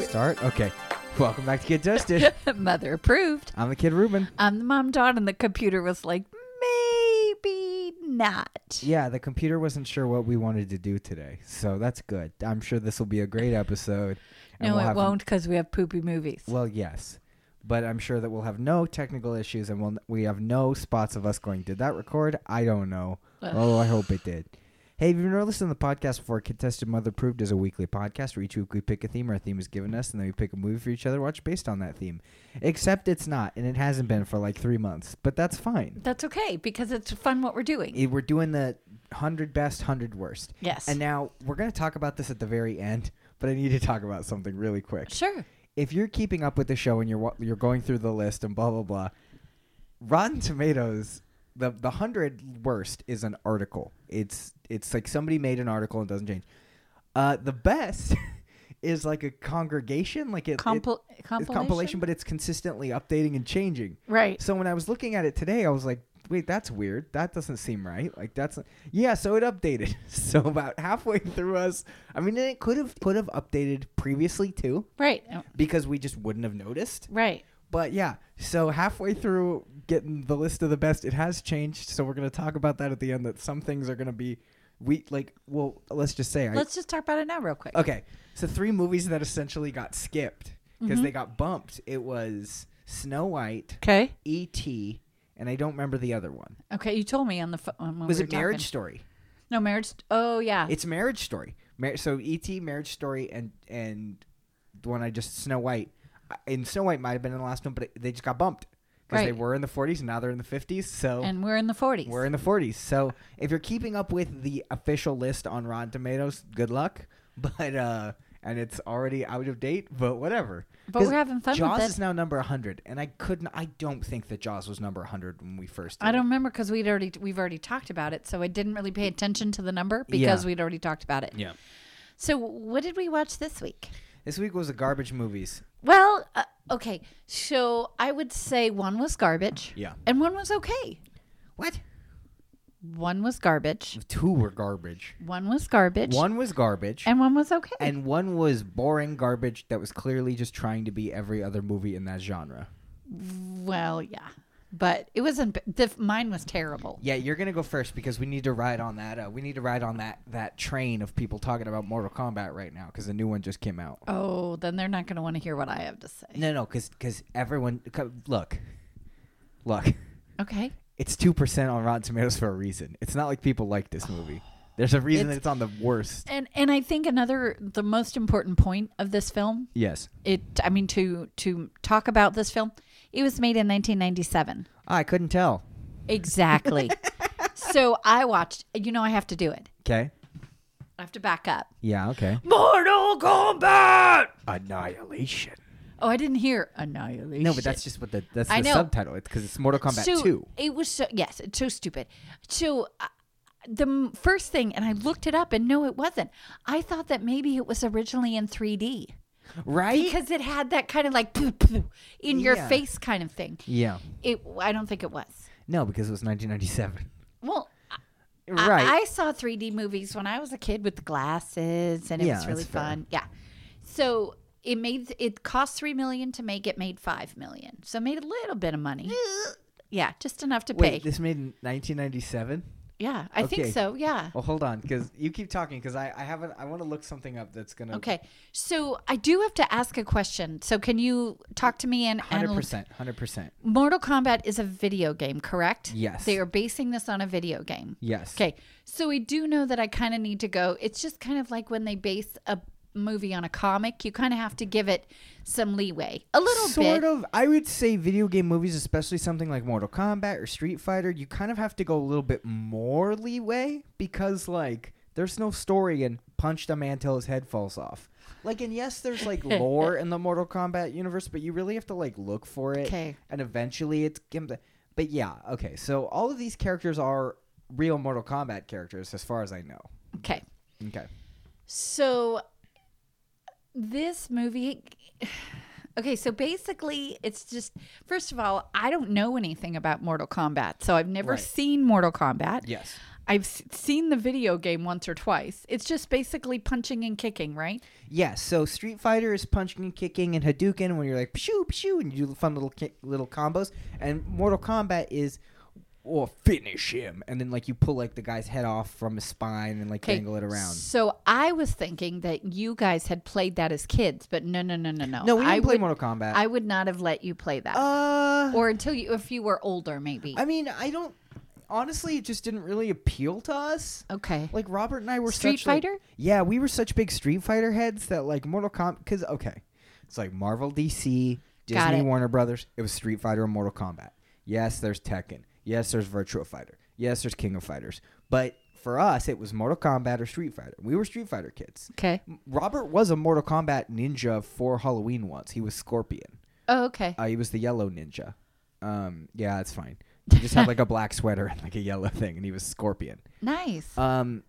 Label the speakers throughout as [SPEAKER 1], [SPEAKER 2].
[SPEAKER 1] Start? Okay. Welcome back to Get Toasted.
[SPEAKER 2] Mother approved.
[SPEAKER 1] I'm the kid Ruben.
[SPEAKER 2] I'm the mom, Dawn, and the computer was like, maybe not.
[SPEAKER 1] Yeah, the computer wasn't sure what we wanted to do today, so that's good. I'm sure this will be a great episode. and
[SPEAKER 2] no,
[SPEAKER 1] we'll
[SPEAKER 2] it
[SPEAKER 1] have-
[SPEAKER 2] won't because we have poopy movies.
[SPEAKER 1] Well, yes, but I'm sure that we'll have no technical issues, and we'll we have no spots of us going. Did that record? I don't know.
[SPEAKER 2] Ugh.
[SPEAKER 1] Oh, I hope it did. Hey, if you've never listened to the podcast before, Contested Mother Proved is a weekly podcast where each week we pick a theme our theme is given us, and then we pick a movie for each other to watch based on that theme. Except it's not, and it hasn't been for like three months, but that's fine.
[SPEAKER 2] That's okay because it's fun what we're doing.
[SPEAKER 1] Eh, We're doing the 100 best, 100 worst.
[SPEAKER 2] yes.
[SPEAKER 1] And now we're going to talk about this at the very end, but I need to talk about something really quick.
[SPEAKER 2] sure.
[SPEAKER 1] If you're keeping up with the show and you're wa- you're going through the list and blah blah blah, Rotten Tomatoes, the the 100 worst is an article. It's it's like somebody made an article and doesn't change. Uh the best is like a congregation, like it, it
[SPEAKER 2] Compil-
[SPEAKER 1] it's
[SPEAKER 2] compilation?
[SPEAKER 1] compilation, but it's consistently updating and changing.
[SPEAKER 2] Right.
[SPEAKER 1] So when I was looking at it today, I was like, wait, that's weird. That doesn't seem right. Like that's yeah. So it updated. So about halfway through us, I mean, it could have could have updated previously too
[SPEAKER 2] Right. Oh,
[SPEAKER 1] because we just wouldn't have noticed.
[SPEAKER 2] Right.
[SPEAKER 1] But yeah, so halfway through getting the list of the best, it has changed. So we're gonna talk about that at the end. That some things are gonna be we like. Well, let's just say I,
[SPEAKER 2] Let's just talk about it now, real quick.
[SPEAKER 1] Okay, so three movies that essentially got skipped because they got bumped. It was Snow White,
[SPEAKER 2] Okay.
[SPEAKER 1] E.T., and I don't remember the other one.
[SPEAKER 2] Okay. You told me on the phone.
[SPEAKER 1] was it Marriage Story?
[SPEAKER 2] No, marriage. Oh, yeah.
[SPEAKER 1] It's Marriage Story. Mar- so E.T., Marriage Story, and and the one I just Snow White. I- And Snow White might have been in the last one, but it, they just got bumped because they
[SPEAKER 2] Right.
[SPEAKER 1] were in the 40s and now they're in the 50s. So
[SPEAKER 2] and we're in the 40s.
[SPEAKER 1] we're in the 40s. So if you're keeping up with the official list on Rotten Tomatoes, good luck. But uh and it's already out of date, but whatever.
[SPEAKER 2] But
[SPEAKER 1] 'Cause
[SPEAKER 2] we're having fun with
[SPEAKER 1] Jaws
[SPEAKER 2] it.
[SPEAKER 1] is now number 100, and I couldn't. I don't think that Jaws was number 100 when we first. Did
[SPEAKER 2] I
[SPEAKER 1] it.
[SPEAKER 2] don't remember because we'd already we've already talked about it, so I didn't really pay attention to the number because
[SPEAKER 1] Yeah.
[SPEAKER 2] we'd already talked about it.
[SPEAKER 1] Yeah.
[SPEAKER 2] So what did we watch this week?
[SPEAKER 1] This week was the garbage movies.
[SPEAKER 2] Well, uh, okay. So I would say one was garbage.
[SPEAKER 1] Yeah.
[SPEAKER 2] And one was okay.
[SPEAKER 1] What?
[SPEAKER 2] One was garbage.
[SPEAKER 1] Two were garbage.
[SPEAKER 2] One was garbage.
[SPEAKER 1] One was garbage,
[SPEAKER 2] and one was okay.
[SPEAKER 1] and one was boring garbage that was clearly just trying to be every other movie in that genre.
[SPEAKER 2] well, yeah. But it wasn't the, mine was terrible.
[SPEAKER 1] Yeah, you're gonna go first because we need to ride on that. Uh, we need to ride on that that train of people talking about Mortal Kombat right now because the new one just came out.
[SPEAKER 2] Oh, then they're not going to want to hear what I have to say.
[SPEAKER 1] No, no, because everyone c- look, look,
[SPEAKER 2] Okay.
[SPEAKER 1] it's two percent on Rotten Tomatoes for a reason. It's not like people like this movie. There's a reason
[SPEAKER 2] It's-
[SPEAKER 1] that it's on the worst.
[SPEAKER 2] And and I think another the most important point of this film,
[SPEAKER 1] Yes,
[SPEAKER 2] it I mean to to talk about this film, it was made in 1997.
[SPEAKER 1] I couldn't tell.
[SPEAKER 2] Exactly. so I watched, you know I have to do it.
[SPEAKER 1] Okay.
[SPEAKER 2] I have to back up.
[SPEAKER 1] Yeah. Okay.
[SPEAKER 2] Mortal Kombat.
[SPEAKER 1] Annihilation.
[SPEAKER 2] Oh, I didn't hear annihilation.
[SPEAKER 1] No, but that's just what the that's
[SPEAKER 2] I
[SPEAKER 1] the
[SPEAKER 2] know.
[SPEAKER 1] subtitle. It's because it's Mortal Kombat
[SPEAKER 2] so,
[SPEAKER 1] Two.
[SPEAKER 2] It was so yes, it's so stupid. So uh, the m- first thing, and I looked it up, and no, it wasn't. I thought that maybe it was originally in 3D
[SPEAKER 1] Right.
[SPEAKER 2] because it had that kind of like poo, poo, in your
[SPEAKER 1] Yeah.
[SPEAKER 2] face kind of thing.
[SPEAKER 1] yeah.
[SPEAKER 2] It. I don't think it was.
[SPEAKER 1] No, because it was 1997.
[SPEAKER 2] Well. I-
[SPEAKER 1] Right.
[SPEAKER 2] I, I saw 3D movies when I was a kid with glasses, and it
[SPEAKER 1] Yeah,
[SPEAKER 2] was really
[SPEAKER 1] that's fair.
[SPEAKER 2] fun. Yeah, so it made it cost three million to make. It made five million, so it made a little bit of money. yeah, just enough to pay.
[SPEAKER 1] Wait, this made in 1997?
[SPEAKER 2] Yeah, I
[SPEAKER 1] Okay.
[SPEAKER 2] think so. Yeah.
[SPEAKER 1] Well, hold on, because you keep talking, because I, I haven't. I want to look something up that's gonna.
[SPEAKER 2] Okay. So I do have to ask a question. So can you talk to me and,
[SPEAKER 1] Hundred
[SPEAKER 2] and
[SPEAKER 1] percent. Hundred percent.
[SPEAKER 2] Mortal Kombat is a video game, correct?
[SPEAKER 1] Yes.
[SPEAKER 2] They are basing this on a video game.
[SPEAKER 1] Yes.
[SPEAKER 2] Okay. So we do know that I kind of need to go. It's just kind of like when they base a movie on a comic, you kind of have to give it some leeway. A little
[SPEAKER 1] Sort
[SPEAKER 2] bit.
[SPEAKER 1] of. I would say video game movies, especially something like Mortal Kombat or Street Fighter, you kind of have to go a little bit more leeway because like there's no story in punch the man till his head falls off. Like and yes, there's like lore in the Mortal Kombat universe, but you really have to like look for it.
[SPEAKER 2] Okay.
[SPEAKER 1] and eventually it's give 'em the- but yeah okay so all of these characters are real mortal kombat characters as far as i know
[SPEAKER 2] Okay.
[SPEAKER 1] okay
[SPEAKER 2] So this movie Okay, so basically it's just first of all, I don't know anything about Mortal Kombat. So I've never
[SPEAKER 1] Right.
[SPEAKER 2] seen Mortal Kombat.
[SPEAKER 1] yes
[SPEAKER 2] I've s- seen the video game once or twice. It's just basically punching and kicking, right?
[SPEAKER 1] Yeah, so Street Fighter is punching and kicking, and Hadouken when you're like pshoo pshoo, and you do fun little kick, little combos. And Mortal Kombat is or finish him, and then like you pull like the guy's head off from his spine and like
[SPEAKER 2] 'Kay,
[SPEAKER 1] dangle it around.
[SPEAKER 2] So I was thinking that you guys had played that as kids, but no, no, no, no, no.
[SPEAKER 1] No, we didn't
[SPEAKER 2] I
[SPEAKER 1] play
[SPEAKER 2] would,
[SPEAKER 1] Mortal Kombat.
[SPEAKER 2] I would not have let you play that,
[SPEAKER 1] uh,
[SPEAKER 2] or until you, if you were older, maybe.
[SPEAKER 1] I mean, I don't. Honestly, it just didn't really appeal to us.
[SPEAKER 2] okay.
[SPEAKER 1] Like Robert and I were
[SPEAKER 2] Street
[SPEAKER 1] such, like-
[SPEAKER 2] Fighter?
[SPEAKER 1] yeah, we were such big Street Fighter heads that like Mortal Kombat. Because okay, it's like Marvel, DC,
[SPEAKER 2] Got
[SPEAKER 1] Disney,
[SPEAKER 2] it.
[SPEAKER 1] Warner Brothers. It was Street Fighter and Mortal Kombat. Yes, there's Tekken. Yes, there's Virtua Fighter. Yes, there's King of Fighters. But for us, it was Mortal Kombat or Street Fighter. We were Street Fighter kids.
[SPEAKER 2] Okay.
[SPEAKER 1] Robert was a Mortal Kombat ninja for Halloween once. He was Scorpion.
[SPEAKER 2] Oh, okay.
[SPEAKER 1] Uh, he was the yellow ninja. Um, yeah, that's fine. He just had like a black sweater and like a yellow thing, and he was Scorpion.
[SPEAKER 2] nice.
[SPEAKER 1] Um,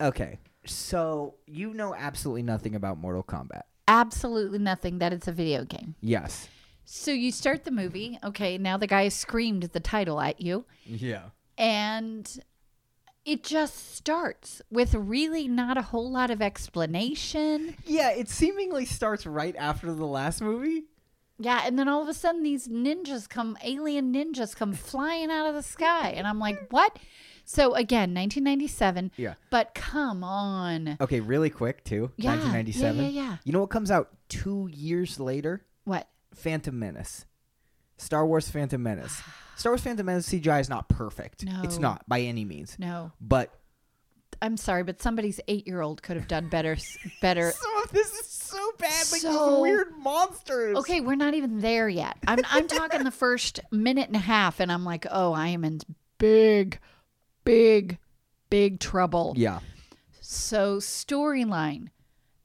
[SPEAKER 1] okay, so you know absolutely nothing about Mortal Kombat.
[SPEAKER 2] Absolutely nothing. That it's a video game.
[SPEAKER 1] Yes.
[SPEAKER 2] So you start the movie. Okay. Now the guy screamed the title at you.
[SPEAKER 1] Yeah.
[SPEAKER 2] and it just starts with really not a whole lot of explanation.
[SPEAKER 1] Yeah, it seemingly starts right after the last movie.
[SPEAKER 2] Yeah, and then all of a sudden these ninjas come, alien ninjas come flying out of the sky, and I'm like, "What?" So again, 1997.
[SPEAKER 1] Yeah.
[SPEAKER 2] But come on.
[SPEAKER 1] Okay, really quick too.
[SPEAKER 2] Yeah,
[SPEAKER 1] 1997.
[SPEAKER 2] yeah, yeah, yeah.
[SPEAKER 1] You know what comes out two years later?
[SPEAKER 2] What?
[SPEAKER 1] Phantom Menace. Star Wars Phantom Menace. Star Wars Phantom Menace CGI is not perfect. It's
[SPEAKER 2] No.
[SPEAKER 1] not by any means.
[SPEAKER 2] No,
[SPEAKER 1] But
[SPEAKER 2] I'm sorry, but somebody's eight-year-old could have done better. s- Better.
[SPEAKER 1] So this is so bad. Like these
[SPEAKER 2] So-
[SPEAKER 1] weird monsters.
[SPEAKER 2] Okay, we're not even there yet. I'm I'm talking the first minute and a half, and I'm like, "Oh, I am in big, big, big trouble."
[SPEAKER 1] Yeah.
[SPEAKER 2] So storyline,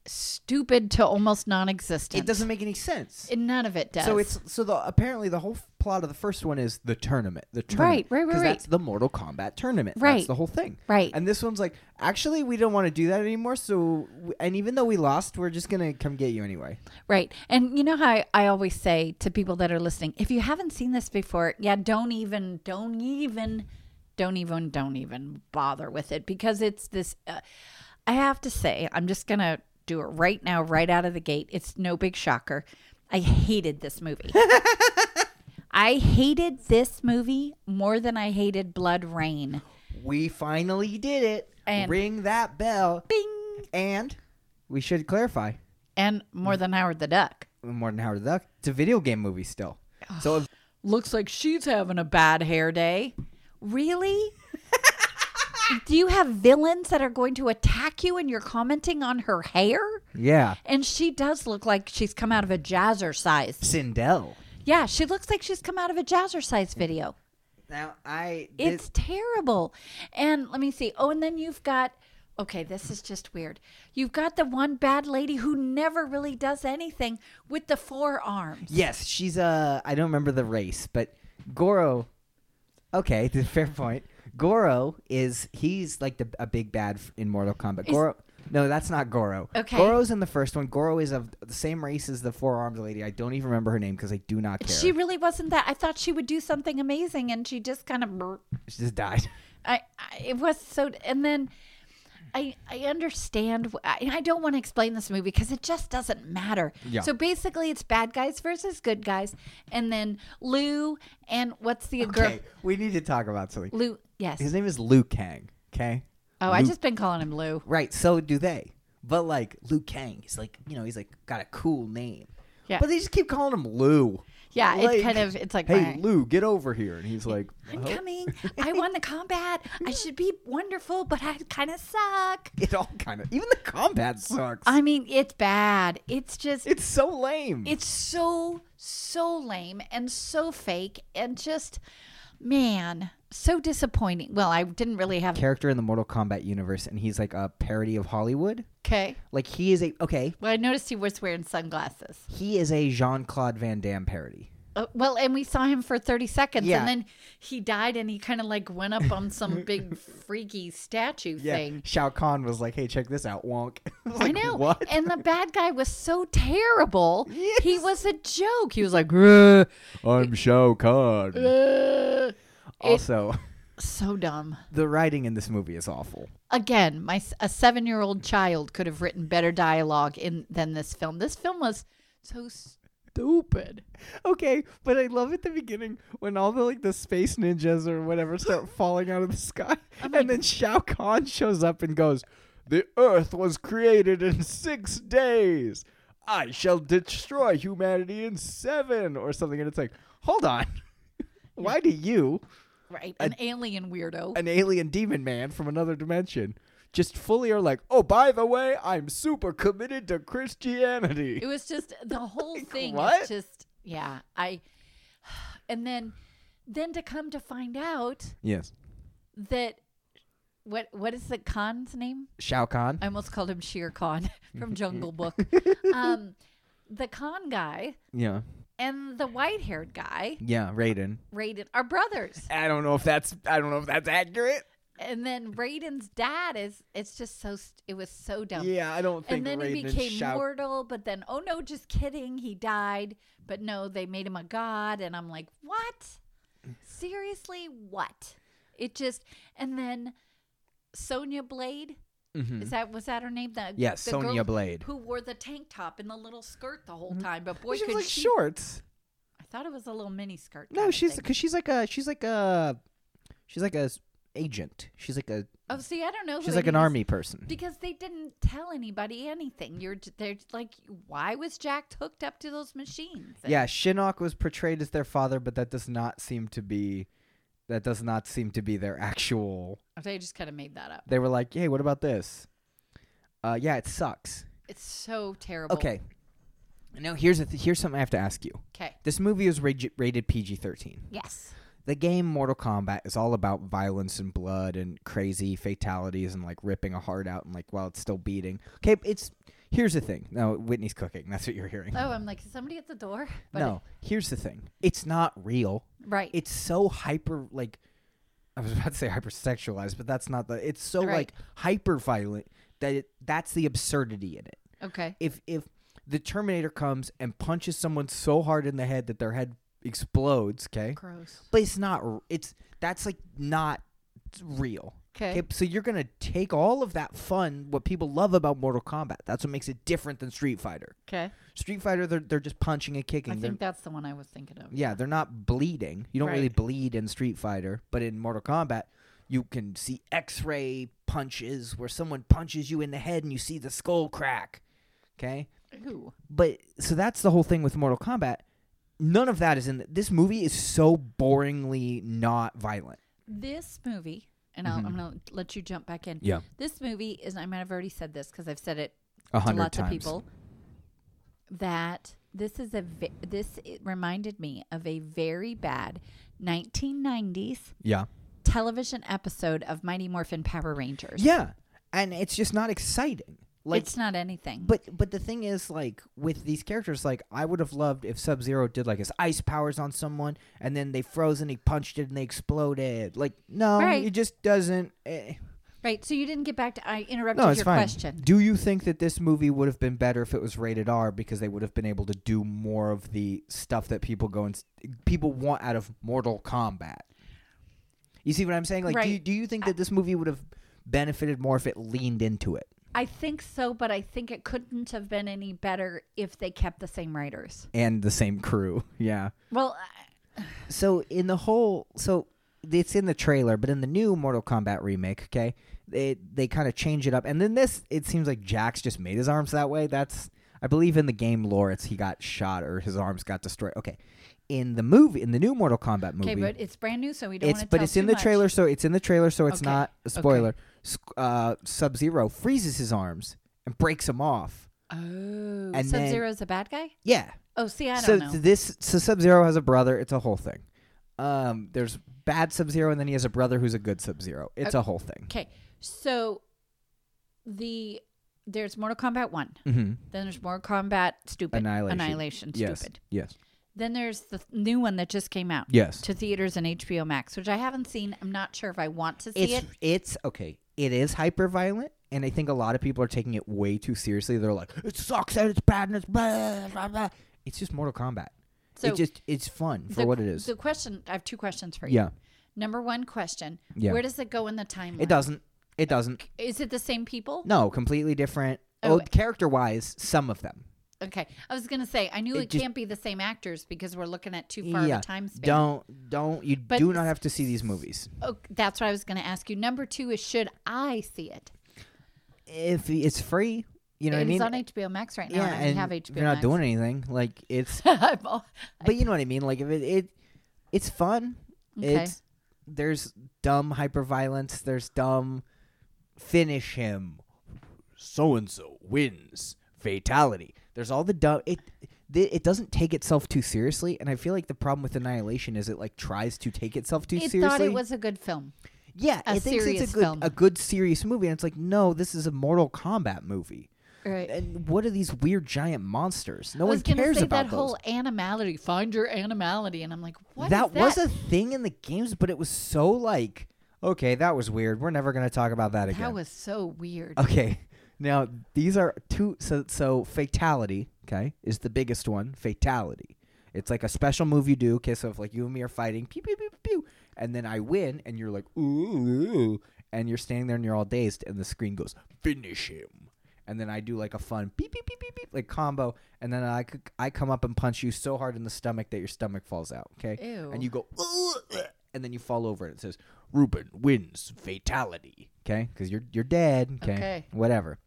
[SPEAKER 2] stupid to almost non-existent.
[SPEAKER 1] It doesn't make any sense.
[SPEAKER 2] And none of it does.
[SPEAKER 1] so it's so the apparently the whole f- plot of the first one is the tournament. The tournament.
[SPEAKER 2] right, right,
[SPEAKER 1] 'Cause
[SPEAKER 2] right.
[SPEAKER 1] That's the Mortal Kombat tournament. That's
[SPEAKER 2] Right.
[SPEAKER 1] the whole thing.
[SPEAKER 2] Right.
[SPEAKER 1] And this one's like, actually, we don't want to do that anymore. So, w- and even though we lost, we're just gonna come get you anyway.
[SPEAKER 2] right. And you know how I, I always say to people that are listening, if you haven't seen this before, yeah, don't even, don't even, don't even, don't even bother with it because it's this. Uh, I have to say, I'm just gonna do it right now, right out of the gate. It's no big shocker. I hated this movie. I hated this movie more than I hated Blood Rain.
[SPEAKER 1] We finally did it.
[SPEAKER 2] And-
[SPEAKER 1] Ring that bell.
[SPEAKER 2] Bing.
[SPEAKER 1] And we should clarify
[SPEAKER 2] and
[SPEAKER 1] Mm.
[SPEAKER 2] more than Howard the Duck.
[SPEAKER 1] more than Howard the Duck. It's a video game movie still. So if-
[SPEAKER 2] Looks like she's having a bad hair day. Really? Do you have villains that are going to attack you and you're commenting on her hair?
[SPEAKER 1] yeah,
[SPEAKER 2] And she does look like she's come out of a jazzercise.
[SPEAKER 1] Sindel.
[SPEAKER 2] Yeah, she looks like she's come out of a jazzercise video.
[SPEAKER 1] Now I did-
[SPEAKER 2] It's terrible. And let me see. Oh, and then you've got okay, this is just weird. You've got the one bad lady who never really does anything with the forearms.
[SPEAKER 1] Yes, she's uh I don't remember the race, but Goro Okay, th- fair point. Goro is he's like the a big bad f- in Mortal Kombat. Goro No, that's not Goro.
[SPEAKER 2] Okay.
[SPEAKER 1] Goro's in the first one. Goro is of the same race as the four-armed lady. I don't even remember her name because I do not care.
[SPEAKER 2] She
[SPEAKER 1] She,
[SPEAKER 2] really wasn't that. I thought she would do something amazing, and she just kind of.
[SPEAKER 1] just died.
[SPEAKER 2] I, I it was so, and then I I understand. wh- I, I don't want to explain this movie because it just doesn't matter.
[SPEAKER 1] Yeah.
[SPEAKER 2] So basically, it's bad guys versus good guys, and then Lou and what's the girl?
[SPEAKER 1] Okay, we need to talk about something.
[SPEAKER 2] Lou, yes.
[SPEAKER 1] His name is Liu Kang, okay?
[SPEAKER 2] oh, I just been calling him Lou.
[SPEAKER 1] Right, so do they. But like Liu Kang, he's like, you know, he's like got a cool name.
[SPEAKER 2] Yeah.
[SPEAKER 1] But they just keep calling him Lou.
[SPEAKER 2] Yeah,
[SPEAKER 1] Like,
[SPEAKER 2] it kind of it's like.
[SPEAKER 1] Hey,
[SPEAKER 2] meh.
[SPEAKER 1] Lou, get over here. And he's like,
[SPEAKER 2] I'm
[SPEAKER 1] "Oh."
[SPEAKER 2] coming. I won the combat. I should be wonderful, but I kind of suck.
[SPEAKER 1] It all kind of, even the combat sucks.
[SPEAKER 2] I mean, it's bad. It's just
[SPEAKER 1] it's so lame.
[SPEAKER 2] It's so, so lame and so fake and just, man, so disappointing. Well, I didn't really have.
[SPEAKER 1] character in the Mortal Kombat universe, and he's like a parody of Hollywood.
[SPEAKER 2] Okay.
[SPEAKER 1] Like he is a okay,
[SPEAKER 2] Well, I noticed he was wearing sunglasses.
[SPEAKER 1] he is a Jean Claude Van Damme parody.
[SPEAKER 2] Uh, well, and we saw him for 30 seconds
[SPEAKER 1] Yeah.
[SPEAKER 2] and then he died and he kind of like went up on some big freaky statue thing.
[SPEAKER 1] Shao Kahn was like, "Hey, check this out, wonk." was
[SPEAKER 2] I
[SPEAKER 1] like,
[SPEAKER 2] know.
[SPEAKER 1] what.
[SPEAKER 2] And the bad guy was so terrible. He
[SPEAKER 1] Yes.
[SPEAKER 2] was a joke. He was like, "Ugh, Uh,
[SPEAKER 1] I'm Shao Kahn.
[SPEAKER 2] ugh."
[SPEAKER 1] also,
[SPEAKER 2] So dumb.
[SPEAKER 1] The writing in this movie is awful.
[SPEAKER 2] Again, my s- a seven-year-old child could have written better dialogue in than this film. This film was so stupid.
[SPEAKER 1] Okay, but I love at the beginning when all the like the space ninjas or whatever start falling out of the sky, and then Shao Kahn shows up and goes, "The Earth was created in six days. I shall destroy humanity in seven or something." And it's like, hold on, why do you,
[SPEAKER 2] Right, an alien weirdo.
[SPEAKER 1] an alien demon man from another dimension, just fully are like, "Oh, by the way, I'm super committed to Christianity."
[SPEAKER 2] It was just the whole thing.
[SPEAKER 1] what?
[SPEAKER 2] Is just yeah, I. And then, then to come to find out
[SPEAKER 1] Yes,
[SPEAKER 2] that what what is the Khan's name?
[SPEAKER 1] Shao Kahn.
[SPEAKER 2] I almost called him Shere Khan from Jungle Book. um, the Khan guy
[SPEAKER 1] yeah,
[SPEAKER 2] and the white haired guy,
[SPEAKER 1] yeah, Raiden.
[SPEAKER 2] Raiden, are brothers.
[SPEAKER 1] I don't know if that's I don't know if that's accurate.
[SPEAKER 2] And then Raiden's dad is. It's just so. st- It was so dumb.
[SPEAKER 1] Yeah, I don't think.
[SPEAKER 2] and then
[SPEAKER 1] Raiden
[SPEAKER 2] he became
[SPEAKER 1] shout-
[SPEAKER 2] mortal but then oh no just kidding he died but no they made him a god and i'm like what seriously what it just and then sonia blade
[SPEAKER 1] Mm-hmm.
[SPEAKER 2] is that was that her name that
[SPEAKER 1] Yes,
[SPEAKER 2] the girl
[SPEAKER 1] Sonya Blade. Mm-hmm.
[SPEAKER 2] who wore the tank top and the little skirt the whole time but boy
[SPEAKER 1] She
[SPEAKER 2] could
[SPEAKER 1] was like
[SPEAKER 2] she
[SPEAKER 1] shorts.
[SPEAKER 2] i thought it was a little mini skirt
[SPEAKER 1] No,
[SPEAKER 2] kinda
[SPEAKER 1] she's
[SPEAKER 2] thing.
[SPEAKER 1] because she's like a she's like a she's like a s- agent. She's like a
[SPEAKER 2] oh see i don't know who
[SPEAKER 1] she's like an
[SPEAKER 2] any of these-
[SPEAKER 1] army person.
[SPEAKER 2] because they didn't tell anybody anything you're j- they're j- like why was jack hooked up to those machines And-
[SPEAKER 1] Yeah, Shinnok was portrayed as their father, but that does not seem to be that does not seem to be their actual.
[SPEAKER 2] they just kind of made that up
[SPEAKER 1] They were like, hey, what about this? Uh, yeah, it sucks.
[SPEAKER 2] It's so terrible.
[SPEAKER 1] Okay. Now here's a th- here's something I have to ask you.
[SPEAKER 2] Okay.
[SPEAKER 1] This movie is ragi- rated PG-13.
[SPEAKER 2] Yes.
[SPEAKER 1] the game Mortal Kombat is all about violence and blood and crazy fatalities and like ripping a heart out and like while it's still beating. Okay, it's here's the thing. No, Whitney's cooking. That's what you're hearing.
[SPEAKER 2] Oh, I'm like, is somebody at the door?
[SPEAKER 1] no, here's the thing. It's not real.
[SPEAKER 2] right.
[SPEAKER 1] It's so hyper like I was about to say hypersexualized, but that's not the it's so
[SPEAKER 2] Right.
[SPEAKER 1] like hyper violent that it, that's the absurdity in it.
[SPEAKER 2] okay.
[SPEAKER 1] If if the Terminator comes and punches someone so hard in the head that their head explodes, okay?
[SPEAKER 2] Gross.
[SPEAKER 1] but it's not r- it's that's like not real
[SPEAKER 2] 'Kay.
[SPEAKER 1] Okay, so you're gonna take all of that fun what people love about mortal kombat that's what makes it different than street fighter
[SPEAKER 2] Okay.
[SPEAKER 1] street fighter they're, they're just punching and
[SPEAKER 2] I
[SPEAKER 1] kicking They're-
[SPEAKER 2] think that's the one I was thinking of.
[SPEAKER 1] yeah they're not bleeding you don't really
[SPEAKER 2] Right.
[SPEAKER 1] bleed in street fighter but in mortal kombat you can see x-ray punches where someone punches you in the head and you see the skull crack okay
[SPEAKER 2] Ooh.
[SPEAKER 1] but so that's the whole thing with Mortal Kombat. None of that is in this movie. Is so boringly not violent.
[SPEAKER 2] This movie, and I'll, I'm going to let you jump back in.
[SPEAKER 1] Mm-hmm. Yeah.
[SPEAKER 2] This movie is, I might have already said this because I've said it
[SPEAKER 1] A
[SPEAKER 2] to
[SPEAKER 1] hundred
[SPEAKER 2] lots
[SPEAKER 1] times.
[SPEAKER 2] of people, that this is a, ve- this it reminded me of a very bad 1990s
[SPEAKER 1] Yeah,
[SPEAKER 2] television episode of Mighty Morphin Power Rangers.
[SPEAKER 1] yeah, and it's just not exciting. Like,
[SPEAKER 2] it's not anything.
[SPEAKER 1] but but the thing is, like with these characters, like I would have loved if Sub Zero did like his ice powers on someone, and then they froze and he punched it and they exploded. Like, no,
[SPEAKER 2] Right.
[SPEAKER 1] it just doesn't. eh.
[SPEAKER 2] Right. So you didn't get back to I interrupted
[SPEAKER 1] No, it's
[SPEAKER 2] your
[SPEAKER 1] fine.
[SPEAKER 2] question.
[SPEAKER 1] Do you think that this movie would have been better if it was rated R because they would have been able to do more of the stuff that people go and s- people want out of Mortal Kombat? You see what I'm saying? Like, do, you,
[SPEAKER 2] Right.
[SPEAKER 1] do you think that this movie would have benefited more if it leaned into it?
[SPEAKER 2] I think so, but I think it couldn't have been any better if they kept the same writers.
[SPEAKER 1] And the same crew, yeah.
[SPEAKER 2] Well, I-
[SPEAKER 1] So in the whole, so it's in the trailer, but in the new Mortal Kombat remake, okay, they they kind of change it up, and then this, it seems like Jax just made his arms that way. That's I believe in the game lore, it's he got shot or his arms got destroyed. Okay, in the movie, in the new Mortal Kombat movie,
[SPEAKER 2] okay, but it's brand new, so we don't.
[SPEAKER 1] it's
[SPEAKER 2] wanna
[SPEAKER 1] but
[SPEAKER 2] tell
[SPEAKER 1] it's in
[SPEAKER 2] too
[SPEAKER 1] the
[SPEAKER 2] much.
[SPEAKER 1] trailer, so it's in the trailer, so it's
[SPEAKER 2] Okay,
[SPEAKER 1] not a spoiler. Squ- Uh, Sub Zero freezes his arms and breaks them off.
[SPEAKER 2] Oh,
[SPEAKER 1] then-
[SPEAKER 2] Sub Zero's a bad guy.
[SPEAKER 1] Yeah,
[SPEAKER 2] Oh, see, I don't
[SPEAKER 1] so
[SPEAKER 2] know.
[SPEAKER 1] th- this so Sub Zero has a brother. It's a whole thing. Um, there's bad Sub Zero, and then he has a brother who's a good Sub Zero. It's a whole thing.
[SPEAKER 2] okay, so the there's Mortal Kombat one.
[SPEAKER 1] Mm-hmm.
[SPEAKER 2] Then there's Mortal Kombat Stupid
[SPEAKER 1] Annihilation.
[SPEAKER 2] Annihilation,
[SPEAKER 1] Yes.
[SPEAKER 2] Stupid.
[SPEAKER 1] Yes.
[SPEAKER 2] Then there's the th- new one that just came out.
[SPEAKER 1] Yes.
[SPEAKER 2] To theaters and HBO Max, which I haven't seen. I'm not sure if I want to
[SPEAKER 1] It's
[SPEAKER 2] see it.
[SPEAKER 1] it's okay. It is hyper violent, and I think a lot of people are taking it way too seriously. They're like, it sucks and it's bad and it's blah blah blah. It's just Mortal Kombat.
[SPEAKER 2] So
[SPEAKER 1] it just it's fun for
[SPEAKER 2] the-
[SPEAKER 1] what it is.
[SPEAKER 2] The question I have two questions for you.
[SPEAKER 1] yeah.
[SPEAKER 2] Number one question:
[SPEAKER 1] Yeah.
[SPEAKER 2] Where does it go in the timeline?
[SPEAKER 1] It doesn't. It doesn't.
[SPEAKER 2] Is it the same people?
[SPEAKER 1] No, completely different. Oh,
[SPEAKER 2] Oh.
[SPEAKER 1] character wise, some of them.
[SPEAKER 2] Okay, I was gonna say I knew
[SPEAKER 1] It
[SPEAKER 2] it,
[SPEAKER 1] just-
[SPEAKER 2] can't be the same actors because we're looking at too far
[SPEAKER 1] yeah.
[SPEAKER 2] of a time span.
[SPEAKER 1] Don't don't you
[SPEAKER 2] But
[SPEAKER 1] do not have to see these movies.
[SPEAKER 2] Oh, that's what I was gonna ask you. Number two is should I see it?
[SPEAKER 1] If it's free, you know what I
[SPEAKER 2] it's
[SPEAKER 1] mean.
[SPEAKER 2] on HBO Max right now.
[SPEAKER 1] yeah,
[SPEAKER 2] and I
[SPEAKER 1] and
[SPEAKER 2] have HBO.
[SPEAKER 1] you're not doing anything. Like it's,
[SPEAKER 2] I'm all-
[SPEAKER 1] but you know what I mean. Like if it, it it's fun.
[SPEAKER 2] Okay.
[SPEAKER 1] It's there's dumb hyperviolence. There's dumb finish him. So and so wins fatality. There's all the dumb. It th- it doesn't take itself too seriously, and I feel like the problem with Annihilation is it like tries to take itself too
[SPEAKER 2] it
[SPEAKER 1] seriously.
[SPEAKER 2] thought it was a good film.
[SPEAKER 1] yeah,
[SPEAKER 2] a
[SPEAKER 1] it thinks it's
[SPEAKER 2] serious
[SPEAKER 1] a good
[SPEAKER 2] film.
[SPEAKER 1] a good serious movie, and it's like no, this is a Mortal Kombat movie.
[SPEAKER 2] Right.
[SPEAKER 1] And what are these weird giant monsters? Uh, No
[SPEAKER 2] I
[SPEAKER 1] one
[SPEAKER 2] was gonna
[SPEAKER 1] cares
[SPEAKER 2] say
[SPEAKER 1] about
[SPEAKER 2] that
[SPEAKER 1] those.
[SPEAKER 2] whole animality. Find your animality, and I'm like, what? is
[SPEAKER 1] that was
[SPEAKER 2] that?
[SPEAKER 1] a thing in the games, but it was so like, okay, that was weird. We're never gonna talk about that again.
[SPEAKER 2] That was so weird.
[SPEAKER 1] okay. Now these are two. So so fatality, okay, is the biggest one. Fatality. It's like a special move you do. Okay, so if like you and me are fighting, pew pew pew pew, and then I win, and you're like ooh, ooh," and you're standing there and you're all dazed, and the screen goes finish him, and then I do like a fun beep beep beep beep beep like combo, and then I c- I come up and punch you so hard in the stomach that your stomach falls out. Okay,
[SPEAKER 2] Ew.
[SPEAKER 1] and you go "Ugh," and then you fall over and it says Ruben wins fatality. Okay, because you're you're dead. Okay,
[SPEAKER 2] Okay. Mm-hmm.
[SPEAKER 1] whatever.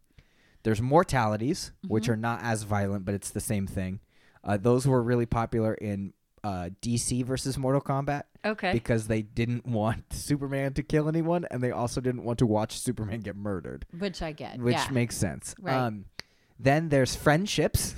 [SPEAKER 1] There's mortalities, which are not as violent, but it's the same thing. Uh, those were really popular in uh, DC versus Mortal Kombat
[SPEAKER 2] okay.
[SPEAKER 1] because they didn't want Superman to kill anyone, and they also didn't want to watch Superman get murdered,
[SPEAKER 2] Which I get.
[SPEAKER 1] which
[SPEAKER 2] Uh, yeah.
[SPEAKER 1] makes sense.
[SPEAKER 2] Right.
[SPEAKER 1] Um, then there's friendships.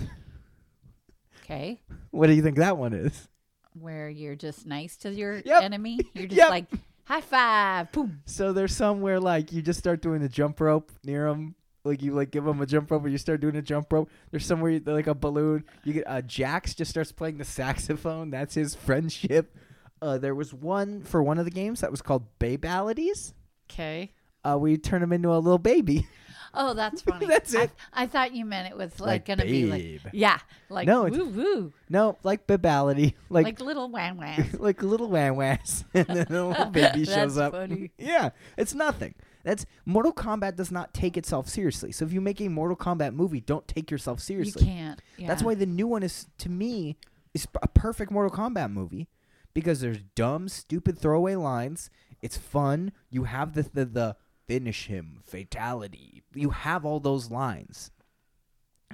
[SPEAKER 2] okay.
[SPEAKER 1] what do you think that one is?
[SPEAKER 2] Where you're just nice to your
[SPEAKER 1] Yep.
[SPEAKER 2] enemy. You're just
[SPEAKER 1] Yep.
[SPEAKER 2] like high five, boom.
[SPEAKER 1] So there's some where like you just start doing the jump rope near them. Like you like give them a jump rope, or you start doing a jump rope. There's somewhere you, like a balloon. You get uh, Jax just starts playing the saxophone. That's his friendship. Uh, there was one for one of the games that was called Babalities.
[SPEAKER 2] Okay.
[SPEAKER 1] Uh, we turn him into a little baby.
[SPEAKER 2] Oh, that's funny.
[SPEAKER 1] That's
[SPEAKER 2] I-
[SPEAKER 1] it.
[SPEAKER 2] I, thought you meant it was like,
[SPEAKER 1] Like
[SPEAKER 2] gonna be
[SPEAKER 1] babe.
[SPEAKER 2] like yeah, like
[SPEAKER 1] No, it's-
[SPEAKER 2] woo woo,
[SPEAKER 1] No, like Babality, like
[SPEAKER 2] like, little wan wan.
[SPEAKER 1] like little wham whams, and then a little baby shows
[SPEAKER 2] That's
[SPEAKER 1] up.
[SPEAKER 2] funny.
[SPEAKER 1] Yeah, it's nothing. That's Mortal Kombat does not take itself seriously. So if you make a Mortal Kombat movie, don't take yourself
[SPEAKER 2] you
[SPEAKER 1] seriously.
[SPEAKER 2] can't. Yeah.
[SPEAKER 1] That's why the new one is to me is a perfect Mortal Kombat movie because there's dumb, stupid throwaway lines. It's fun. You have the the, the finish him fatality. You have all those lines.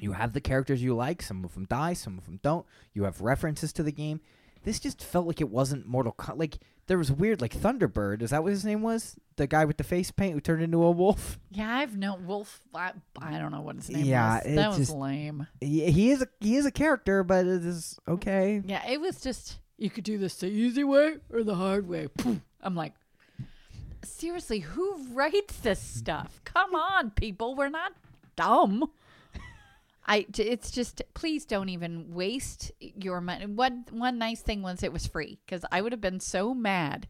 [SPEAKER 1] You have the characters you like. Some of them die. Some of them don't. You have references to the game. This just felt like it wasn't Mortal Kombat. Like there was weird, like Thunderbird. Is that what his name was? The guy with the face paint who turned into a wolf.
[SPEAKER 2] Yeah, I've no Wolf. I, I don't know what his name
[SPEAKER 1] Yeah,
[SPEAKER 2] was.
[SPEAKER 1] it
[SPEAKER 2] That was
[SPEAKER 1] just-
[SPEAKER 2] lame.
[SPEAKER 1] He, he is a he is a character, but it is okay.
[SPEAKER 2] Yeah, it was just you could do this the easy way or the hard way. Poof. I'm like, seriously, who writes this stuff? Come on, people, we're not dumb. I j- it's just please don't even waste your money. One one nice thing was it was free because I would have been so mad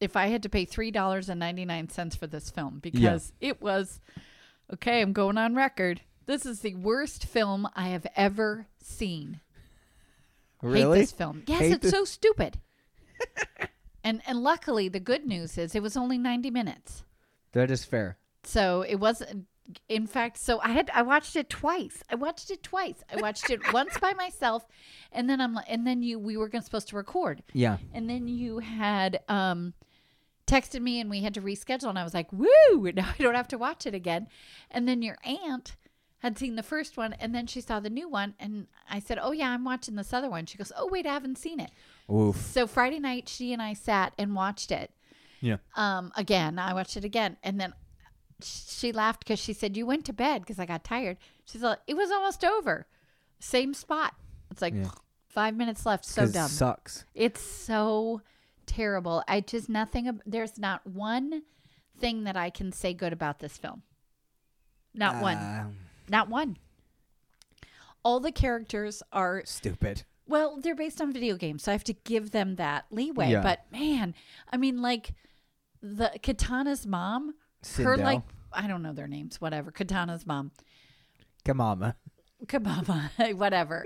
[SPEAKER 2] if I had to pay three dollars and ninety nine cents for this film because it was okay. I'm going on record. This is the worst film I have ever seen
[SPEAKER 1] Really?
[SPEAKER 2] hate this film. Yes,
[SPEAKER 1] Hate
[SPEAKER 2] it's
[SPEAKER 1] this-
[SPEAKER 2] so stupid. and and luckily, the good news is it was only ninety minutes,
[SPEAKER 1] That is fair.
[SPEAKER 2] so it wasn't. In fact, so I had I watched it twice. I watched it twice. I watched it once by myself, and then I'm li- and then you we were gonna, supposed to record,
[SPEAKER 1] Yeah.
[SPEAKER 2] and then you had um texted me and we had to reschedule and I was like, "Woo, now I don't have to watch it again." And then your aunt had seen the first one and then she saw the new one and I said, "Oh yeah, I'm watching this other one." She goes, "Oh wait, I haven't seen it."
[SPEAKER 1] Oof.
[SPEAKER 2] So Friday night she and I sat and watched it.
[SPEAKER 1] Yeah.
[SPEAKER 2] Um again, I watched it again and then she laughed cuz she said, "You went to bed cuz I got tired." She's like, "It was almost over." Same spot. It's like
[SPEAKER 1] Yeah.
[SPEAKER 2] 5 minutes left. So
[SPEAKER 1] 'Cause it
[SPEAKER 2] dumb.
[SPEAKER 1] Sucks.
[SPEAKER 2] It's so terrible. I just nothing. ab- There's not one thing that I can say good about this film. Not one.
[SPEAKER 1] Um,
[SPEAKER 2] Not one. All the characters are
[SPEAKER 1] Stupid.
[SPEAKER 2] well. They're based on video games, so I have to give them that leeway.
[SPEAKER 1] Yeah.
[SPEAKER 2] But man, I mean, like the Katana's mom. Her
[SPEAKER 1] Sindel.
[SPEAKER 2] like I don't know their names. Whatever. Katana's mom.
[SPEAKER 1] Kamama.
[SPEAKER 2] Kabama, whatever.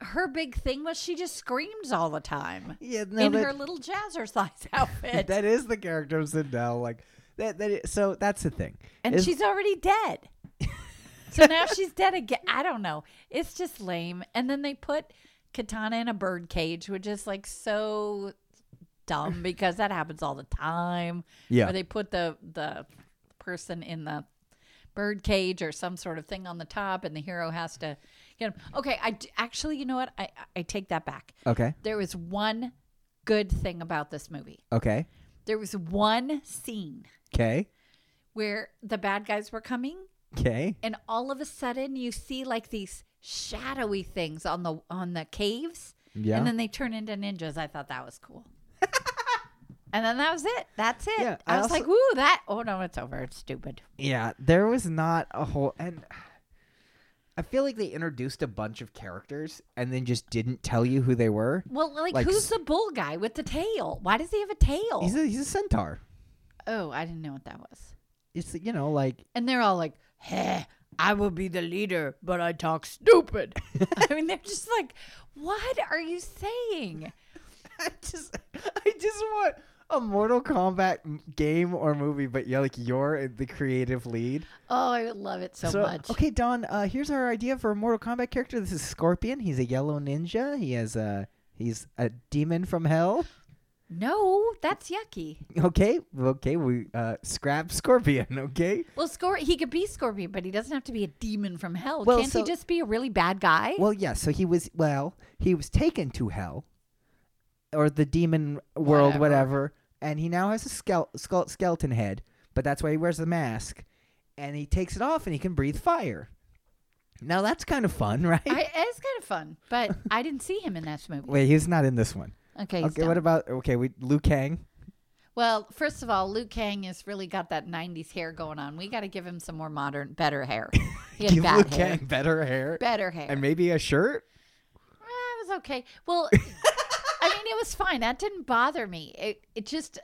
[SPEAKER 2] her big thing was she just screams all the time
[SPEAKER 1] Yeah, no,
[SPEAKER 2] in
[SPEAKER 1] that,
[SPEAKER 2] her little jazzercise outfit,
[SPEAKER 1] that is the character of Sindel. Like that. that is, so that's the thing.
[SPEAKER 2] and
[SPEAKER 1] Is-
[SPEAKER 2] she's already dead. so now she's dead again. I don't know. It's just lame. And then they put Katana in a bird cage, which is like so dumb because that happens all the time.
[SPEAKER 1] Yeah.
[SPEAKER 2] Where they put the the person in the bird cage or some sort of thing on the top, and the hero has to get him. Okay, I d- actually, you know what? I I take that back.
[SPEAKER 1] okay.
[SPEAKER 2] There was one good thing about this movie.
[SPEAKER 1] Okay.
[SPEAKER 2] There was one scene
[SPEAKER 1] Okay.
[SPEAKER 2] where the bad guys were coming,
[SPEAKER 1] Okay.
[SPEAKER 2] and all of a sudden you see like these shadowy things on the on the caves,
[SPEAKER 1] Yeah.
[SPEAKER 2] and then they turn into ninjas. I thought that was cool. and then that was it. That's it.
[SPEAKER 1] Yeah,
[SPEAKER 2] I,
[SPEAKER 1] I
[SPEAKER 2] was
[SPEAKER 1] also-
[SPEAKER 2] like, "Ooh, that! Oh no, it's over. It's stupid."
[SPEAKER 1] Yeah, there was not a whole and I feel like they introduced a bunch of characters and then just didn't tell you who they were.
[SPEAKER 2] Well, like,
[SPEAKER 1] Like s-
[SPEAKER 2] who's the bull guy with the tail? Why does he have a tail?
[SPEAKER 1] He's a he's a centaur.
[SPEAKER 2] oh, I didn't know what that was.
[SPEAKER 1] It's you know like
[SPEAKER 2] And they're all like, "Hey, I will be the leader, but I talk stupid." I mean, they're just like, "What are you saying?"
[SPEAKER 1] I just I just want a Mortal Kombat m- game or movie, but you're like you're the creative lead.
[SPEAKER 2] Oh, I would love it so, much.
[SPEAKER 1] okay, Don. Uh, here's our idea for a Mortal Kombat character. This is Scorpion. He's a yellow ninja. He has a he's a demon from hell.
[SPEAKER 2] No, that's yucky.
[SPEAKER 1] Okay, okay. We uh, scrap Scorpion. Okay.
[SPEAKER 2] Well, Scor- he could be Scorpion, but he doesn't have to be a demon from hell.
[SPEAKER 1] Well,
[SPEAKER 2] Can't
[SPEAKER 1] so-
[SPEAKER 2] he just be a really bad guy?
[SPEAKER 1] Well, yeah. So he was well, he was taken to hell, or the demon world, whatever.
[SPEAKER 2] Whatever.
[SPEAKER 1] and he now has a skele- skull- skeleton head, but that's why he wears the mask, and he takes it off and he can breathe fire. Now that's kind of fun, right?
[SPEAKER 2] I, it's kind of fun, but I didn't see him in that movie.
[SPEAKER 1] Wait, he's not in this one.
[SPEAKER 2] Okay. he's
[SPEAKER 1] Okay,
[SPEAKER 2] done.
[SPEAKER 1] what about okay? We Liu Kang.
[SPEAKER 2] well, first of all, Liu Kang has really got that '90s hair going on. We got to give him some more modern, better hair. He had
[SPEAKER 1] Give Liu
[SPEAKER 2] bad hair.
[SPEAKER 1] Kang better hair
[SPEAKER 2] Better hair.
[SPEAKER 1] and maybe a shirt.
[SPEAKER 2] Eh, it was okay. Well, I mean, it was fine. That didn't bother me. It it just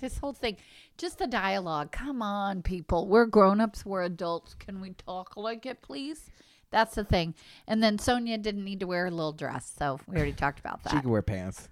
[SPEAKER 2] this whole thing, just the dialogue. Come on, people. We're grown-ups. We're adults. Can we talk like it, please? That's the thing. And then Sonia didn't need to wear a little dress, so we already talked about
[SPEAKER 1] She
[SPEAKER 2] that.
[SPEAKER 1] could wear pants.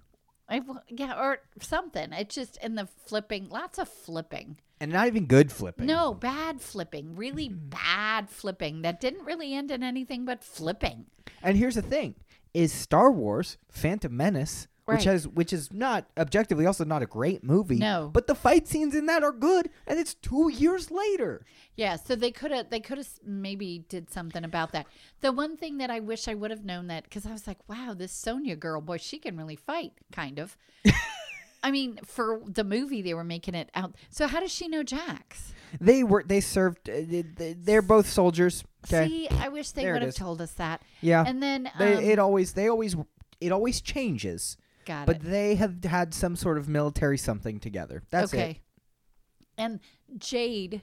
[SPEAKER 2] I, yeah, or something. It's just in the flipping, lots of flipping.
[SPEAKER 1] And not even good flipping.
[SPEAKER 2] No, bad flipping. Really bad flipping. That didn't really end in anything but flipping.
[SPEAKER 1] And here's the thing: is Star Wars Phantom Menace,
[SPEAKER 2] Right.
[SPEAKER 1] which has which is not objectively also not a great movie.
[SPEAKER 2] No.
[SPEAKER 1] but the fight scenes in that are good, and it's two years later.
[SPEAKER 2] Yeah, so they could have they could have maybe did something about that. The one thing that I wish I would have known that because I was like, wow, this Sonya girl, boy, she can really fight, kind of. I mean, for the movie, they were making it out. So how does she know Jax?
[SPEAKER 1] They were they served. uh, they- they- They're both soldiers. Okay,
[SPEAKER 2] See, I wish they
[SPEAKER 1] There it
[SPEAKER 2] would have
[SPEAKER 1] is.
[SPEAKER 2] told us that.
[SPEAKER 1] yeah.
[SPEAKER 2] And then,
[SPEAKER 1] they,
[SPEAKER 2] um,
[SPEAKER 1] it always they always it always changes,
[SPEAKER 2] got
[SPEAKER 1] but
[SPEAKER 2] it.
[SPEAKER 1] they have had some sort of military something together. That's it.
[SPEAKER 2] okay. And Jade,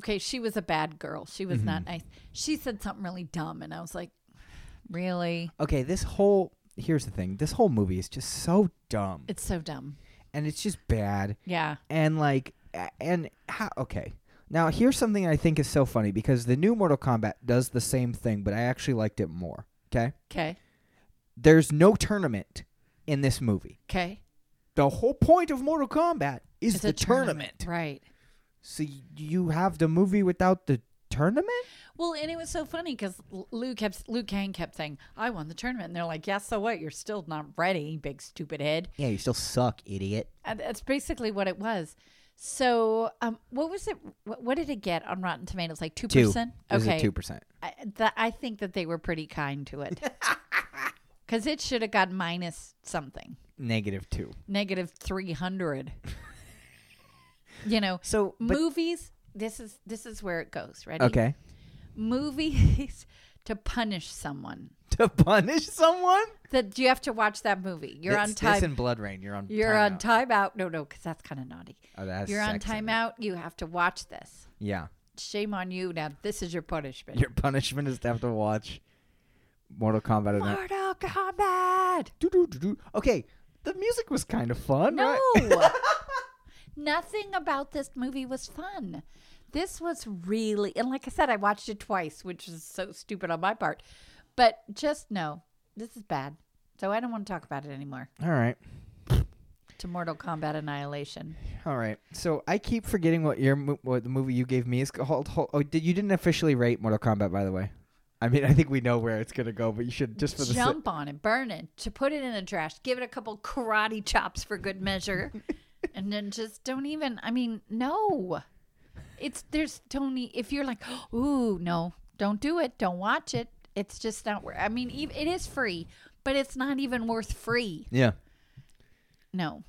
[SPEAKER 2] okay, she was a bad girl. She was
[SPEAKER 1] Mm-hmm.
[SPEAKER 2] not nice. She said something really dumb, and I was like, really?
[SPEAKER 1] Okay, this whole here's the thing: this whole movie is just so dumb,
[SPEAKER 2] It's so dumb.
[SPEAKER 1] and it's just bad.
[SPEAKER 2] Yeah.
[SPEAKER 1] and like a- and how okay now here's something i think is so funny because the new mortal kombat does the same thing but i actually liked it more okay
[SPEAKER 2] Okay.
[SPEAKER 1] there's no tournament in this movie
[SPEAKER 2] Okay.
[SPEAKER 1] the whole point of mortal kombat is
[SPEAKER 2] It's
[SPEAKER 1] the
[SPEAKER 2] a
[SPEAKER 1] tournament.
[SPEAKER 2] Right.
[SPEAKER 1] so y- you have the movie without the tournament
[SPEAKER 2] Well, and it was so funny because Lou kept Liu Kang kept saying, "I won the tournament," and they're like, "Yeah, so what? You're still not ready, big stupid head."
[SPEAKER 1] yeah you still suck idiot
[SPEAKER 2] And that's basically what it was. So, um, what was it? What, what did it get on Rotten Tomatoes? Like two
[SPEAKER 1] two
[SPEAKER 2] percent.
[SPEAKER 1] It was a
[SPEAKER 2] Okay,
[SPEAKER 1] two percent
[SPEAKER 2] I, th- I think that they were pretty kind to it because it should have got minus something,
[SPEAKER 1] negative two
[SPEAKER 2] negative three hundred. you know,
[SPEAKER 1] so but,
[SPEAKER 2] movies. This is this is where it goes. Ready?
[SPEAKER 1] okay
[SPEAKER 2] movies to punish someone.
[SPEAKER 1] to punish someone
[SPEAKER 2] That you have to watch that movie. You're
[SPEAKER 1] It's-
[SPEAKER 2] on
[SPEAKER 1] this
[SPEAKER 2] time.
[SPEAKER 1] in blood rain you're on
[SPEAKER 2] You're
[SPEAKER 1] timeout.
[SPEAKER 2] on timeout. No, no, because that's kind of naughty.
[SPEAKER 1] oh, that's
[SPEAKER 2] You're on
[SPEAKER 1] sex in it.
[SPEAKER 2] timeout. You have to watch this.
[SPEAKER 1] yeah
[SPEAKER 2] Shame on you. Now this is your punishment.
[SPEAKER 1] Your punishment is to have to watch Mortal Kombat. And then-
[SPEAKER 2] Mortal Kombat.
[SPEAKER 1] Doo-doo-doo-doo. Okay, the music was kind of fun.
[SPEAKER 2] No.
[SPEAKER 1] right?
[SPEAKER 2] Nothing about this movie was fun. This was really, and like I said, I watched it twice, which is so stupid on my part. But just know this is bad. So I don't want to talk about it anymore.
[SPEAKER 1] All right.
[SPEAKER 2] To Mortal Kombat Annihilation.
[SPEAKER 1] All right. So I keep forgetting what your mo- what the movie you gave me is called. Hol- Oh, did you didn't officially rate Mortal Kombat by the way? I mean, I think we know where it's gonna go, but you should just for the sake.
[SPEAKER 2] Jump on it, burn it, to put it in the trash, give it a couple karate chops for good measure, and then just don't even. I mean, no. It's there's Tony. If you're like, ooh, no, don't do it. Don't watch it. It's just not worth. I mean, ev- it is free, but it's not even worth free.
[SPEAKER 1] Yeah.
[SPEAKER 2] No.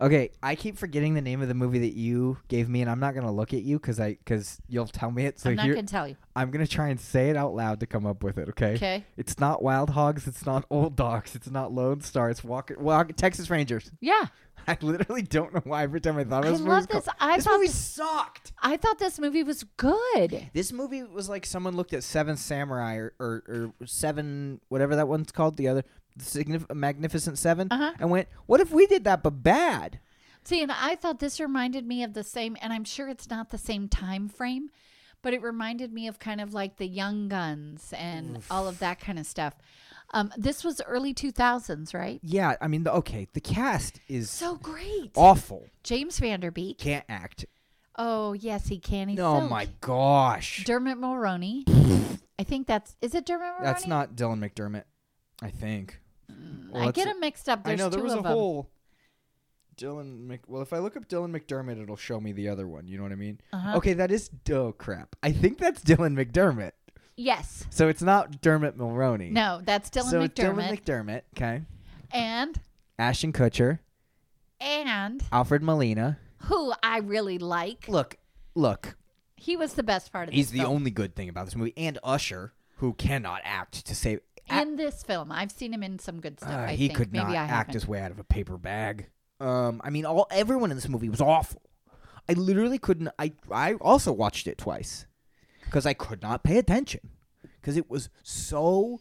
[SPEAKER 1] Okay. I keep forgetting the name of the movie that you gave me, and I'm not gonna look at you because I because you'll tell me it. So
[SPEAKER 2] I'm not
[SPEAKER 1] here,
[SPEAKER 2] going to tell you.
[SPEAKER 1] I'm gonna try and say it out loud to come up with it. Okay.
[SPEAKER 2] Okay.
[SPEAKER 1] It's not Wild Hogs. It's not Old Dogs. It's not Lone Star. It's Walker, Walker Texas Rangers.
[SPEAKER 2] Yeah.
[SPEAKER 1] I literally don't know why every time I thought of
[SPEAKER 2] I
[SPEAKER 1] Oh, this movie.
[SPEAKER 2] love this. I
[SPEAKER 1] this
[SPEAKER 2] thought
[SPEAKER 1] movie
[SPEAKER 2] this-
[SPEAKER 1] sucked.
[SPEAKER 2] I thought this movie was good.
[SPEAKER 1] This movie was like someone looked at Seven Samurai or, or, or Seven, whatever that one's called, the other Signif- Magnificent 7
[SPEAKER 2] Uh-huh.
[SPEAKER 1] and went, "What if we did that but bad?"
[SPEAKER 2] See, and I thought this reminded me of the same, and I'm sure it's not the same time frame, but it reminded me of kind of like the Young Guns and all of that kind of stuff. Um, this was early 2000s, right?
[SPEAKER 1] Yeah, I mean, the, okay, the cast is
[SPEAKER 2] So great.
[SPEAKER 1] awful.
[SPEAKER 2] James Vanderbeek.
[SPEAKER 1] Can't act.
[SPEAKER 2] Oh, yes, he can. He's
[SPEAKER 1] Oh
[SPEAKER 2] silk.
[SPEAKER 1] my gosh,
[SPEAKER 2] Dermot Mulroney. I think that's, is it Dermot Mulroney?
[SPEAKER 1] that's not Dylan McDermott, I think. Well,
[SPEAKER 2] Mm, I
[SPEAKER 1] that's-
[SPEAKER 2] get him mixed up. There's
[SPEAKER 1] I know there
[SPEAKER 2] two
[SPEAKER 1] was
[SPEAKER 2] of
[SPEAKER 1] a
[SPEAKER 2] them.
[SPEAKER 1] whole Dylan Mc. Well, if I look up Dylan McDermott, it'll show me the other one. You know what I mean?
[SPEAKER 2] Uh-huh.
[SPEAKER 1] Okay, that is oh crap. I think that's Dylan McDermott.
[SPEAKER 2] Yes.
[SPEAKER 1] So it's not Dermot Mulroney.
[SPEAKER 2] No, that's Dylan
[SPEAKER 1] so it's
[SPEAKER 2] McDermott.
[SPEAKER 1] Dylan McDermott. Okay.
[SPEAKER 2] and,
[SPEAKER 1] Ashton Kutcher,
[SPEAKER 2] and
[SPEAKER 1] Alfred Molina.
[SPEAKER 2] who I really like.
[SPEAKER 1] Look, look.
[SPEAKER 2] He was the best part of
[SPEAKER 1] He's
[SPEAKER 2] this
[SPEAKER 1] the
[SPEAKER 2] film.
[SPEAKER 1] only good thing about this movie, and Usher, who cannot act to save. a-
[SPEAKER 2] in this film. I've seen him in some good stuff.
[SPEAKER 1] uh,
[SPEAKER 2] I
[SPEAKER 1] he
[SPEAKER 2] think.
[SPEAKER 1] could
[SPEAKER 2] Maybe
[SPEAKER 1] not
[SPEAKER 2] I
[SPEAKER 1] act
[SPEAKER 2] haven't.
[SPEAKER 1] his way out of a paper bag. Um, I mean, all everyone in this movie was awful. I literally couldn't. I I also watched it twice because I could not pay attention because it was so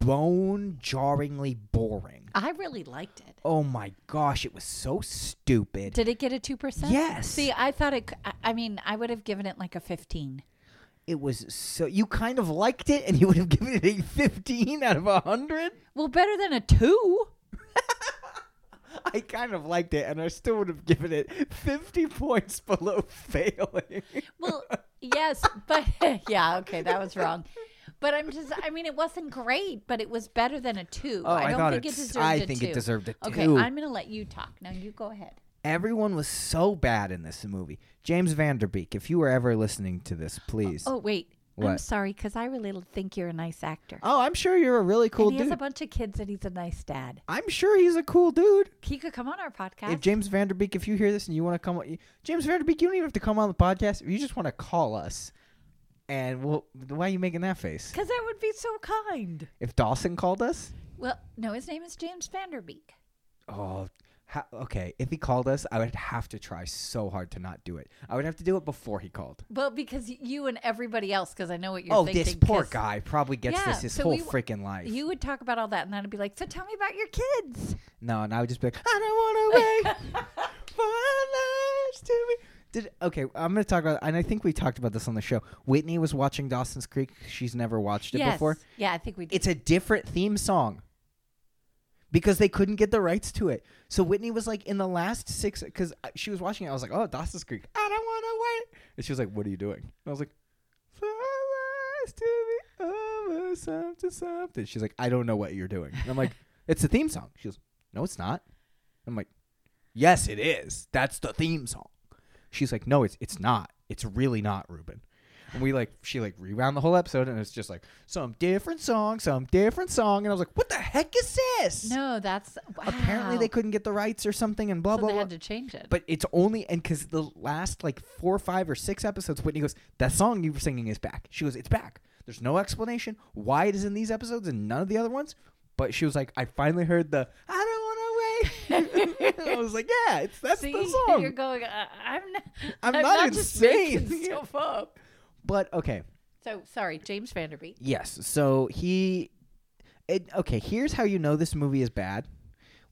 [SPEAKER 1] bone jarringly boring.
[SPEAKER 2] I really liked it.
[SPEAKER 1] Oh my gosh, it was so stupid.
[SPEAKER 2] Did it get a two percent?
[SPEAKER 1] Yes.
[SPEAKER 2] See, I thought it. c- I- I mean, I would have given it like a fifteen.
[SPEAKER 1] It was so you kind of liked it, and you would have given it a fifteen out of hundred.
[SPEAKER 2] Well, better than a two.
[SPEAKER 1] I kind of liked it, and I still would have given it fifty points below failing.
[SPEAKER 2] Well, yes, but yeah, okay, that was wrong. But I'm just. I mean, it wasn't great, but it was better than a two.
[SPEAKER 1] Oh, I
[SPEAKER 2] I don't
[SPEAKER 1] thought
[SPEAKER 2] think it
[SPEAKER 1] it's-
[SPEAKER 2] deserved
[SPEAKER 1] I
[SPEAKER 2] a
[SPEAKER 1] think
[SPEAKER 2] two.
[SPEAKER 1] it deserved a
[SPEAKER 2] Okay,
[SPEAKER 1] two.
[SPEAKER 2] I'm gonna let you talk now. You go ahead.
[SPEAKER 1] Everyone was so bad in this movie. James Vanderbeek, if you were ever listening to this, please.
[SPEAKER 2] Oh wait, I'm
[SPEAKER 1] What?
[SPEAKER 2] sorry because I really think you're a nice actor.
[SPEAKER 1] Oh, I'm sure you're a really cool
[SPEAKER 2] and he has a
[SPEAKER 1] dude.
[SPEAKER 2] bunch of kids, and he's a nice dad.
[SPEAKER 1] I'm sure he's a cool dude.
[SPEAKER 2] He could come on our podcast.
[SPEAKER 1] If James Vanderbeek, if you hear this and you want to come, on- James Vanderbeek, you don't even have to come on the podcast. If you just want to call us, and we'll. Why are you making that face?
[SPEAKER 2] Because that would be so kind.
[SPEAKER 1] If Dawson called us,
[SPEAKER 2] Well, no, his name is James Vanderbeek.
[SPEAKER 1] oh, ha- okay. If he called us, I would have to try so hard to not do it. I would have to do it before he called.
[SPEAKER 2] Well, because you and everybody else, because I know what you're
[SPEAKER 1] oh,
[SPEAKER 2] thinking.
[SPEAKER 1] this poor
[SPEAKER 2] 'cause
[SPEAKER 1] guy probably gets
[SPEAKER 2] Yeah,
[SPEAKER 1] this his
[SPEAKER 2] so
[SPEAKER 1] whole
[SPEAKER 2] we w-
[SPEAKER 1] freaking life.
[SPEAKER 2] You would talk about all that, and then I'd be like, "So tell me about your kids."
[SPEAKER 1] No, and I would just be like, I don't want to wait for our lives to be. Did okay? I'm gonna talk about, and I think we talked about this on the show. Whitney was watching Dawson's Creek. She's never watched it
[SPEAKER 2] yes.
[SPEAKER 1] before.
[SPEAKER 2] Yeah, I think we did.
[SPEAKER 1] It's a different theme song because they couldn't get the rights to it. So Whitney was like, in the last six, because she was watching it. I was like, oh, Dawson's Creek. I don't want to wait. And she was like, what are you doing? And I was like, for our lives to be over, something, something. She's like, I don't know what you're doing. And I'm like, it's a theme song. She goes, no, it's not. I'm like, yes, it is. That's the theme song. She's like, no, it's it's not. It's really not, Ruben. And we like, she like rewound the whole episode, and it's just like some different song, some different song, and I was like, what the heck is this?
[SPEAKER 2] no, that's wow.
[SPEAKER 1] Apparently they couldn't get the rights or something, and blah
[SPEAKER 2] So
[SPEAKER 1] blah
[SPEAKER 2] they
[SPEAKER 1] blah.
[SPEAKER 2] had to change it.
[SPEAKER 1] but it's only and because the last like four, five, or six episodes, Whitney goes, that song you were singing is back. She goes, it's back. There's no explanation why it is in these episodes and none of the other ones. But she was like, I finally heard the I don't want to wait. I was like, yeah, it's that's
[SPEAKER 2] See,
[SPEAKER 1] the song.
[SPEAKER 2] you're going. Uh, I'm not.
[SPEAKER 1] I'm
[SPEAKER 2] I'm
[SPEAKER 1] not
[SPEAKER 2] just making
[SPEAKER 1] insane.
[SPEAKER 2] stuff up.
[SPEAKER 1] But okay,
[SPEAKER 2] So sorry, James Vanderbeek.
[SPEAKER 1] yes. So he, it, okay. Here's how you know this movie is bad: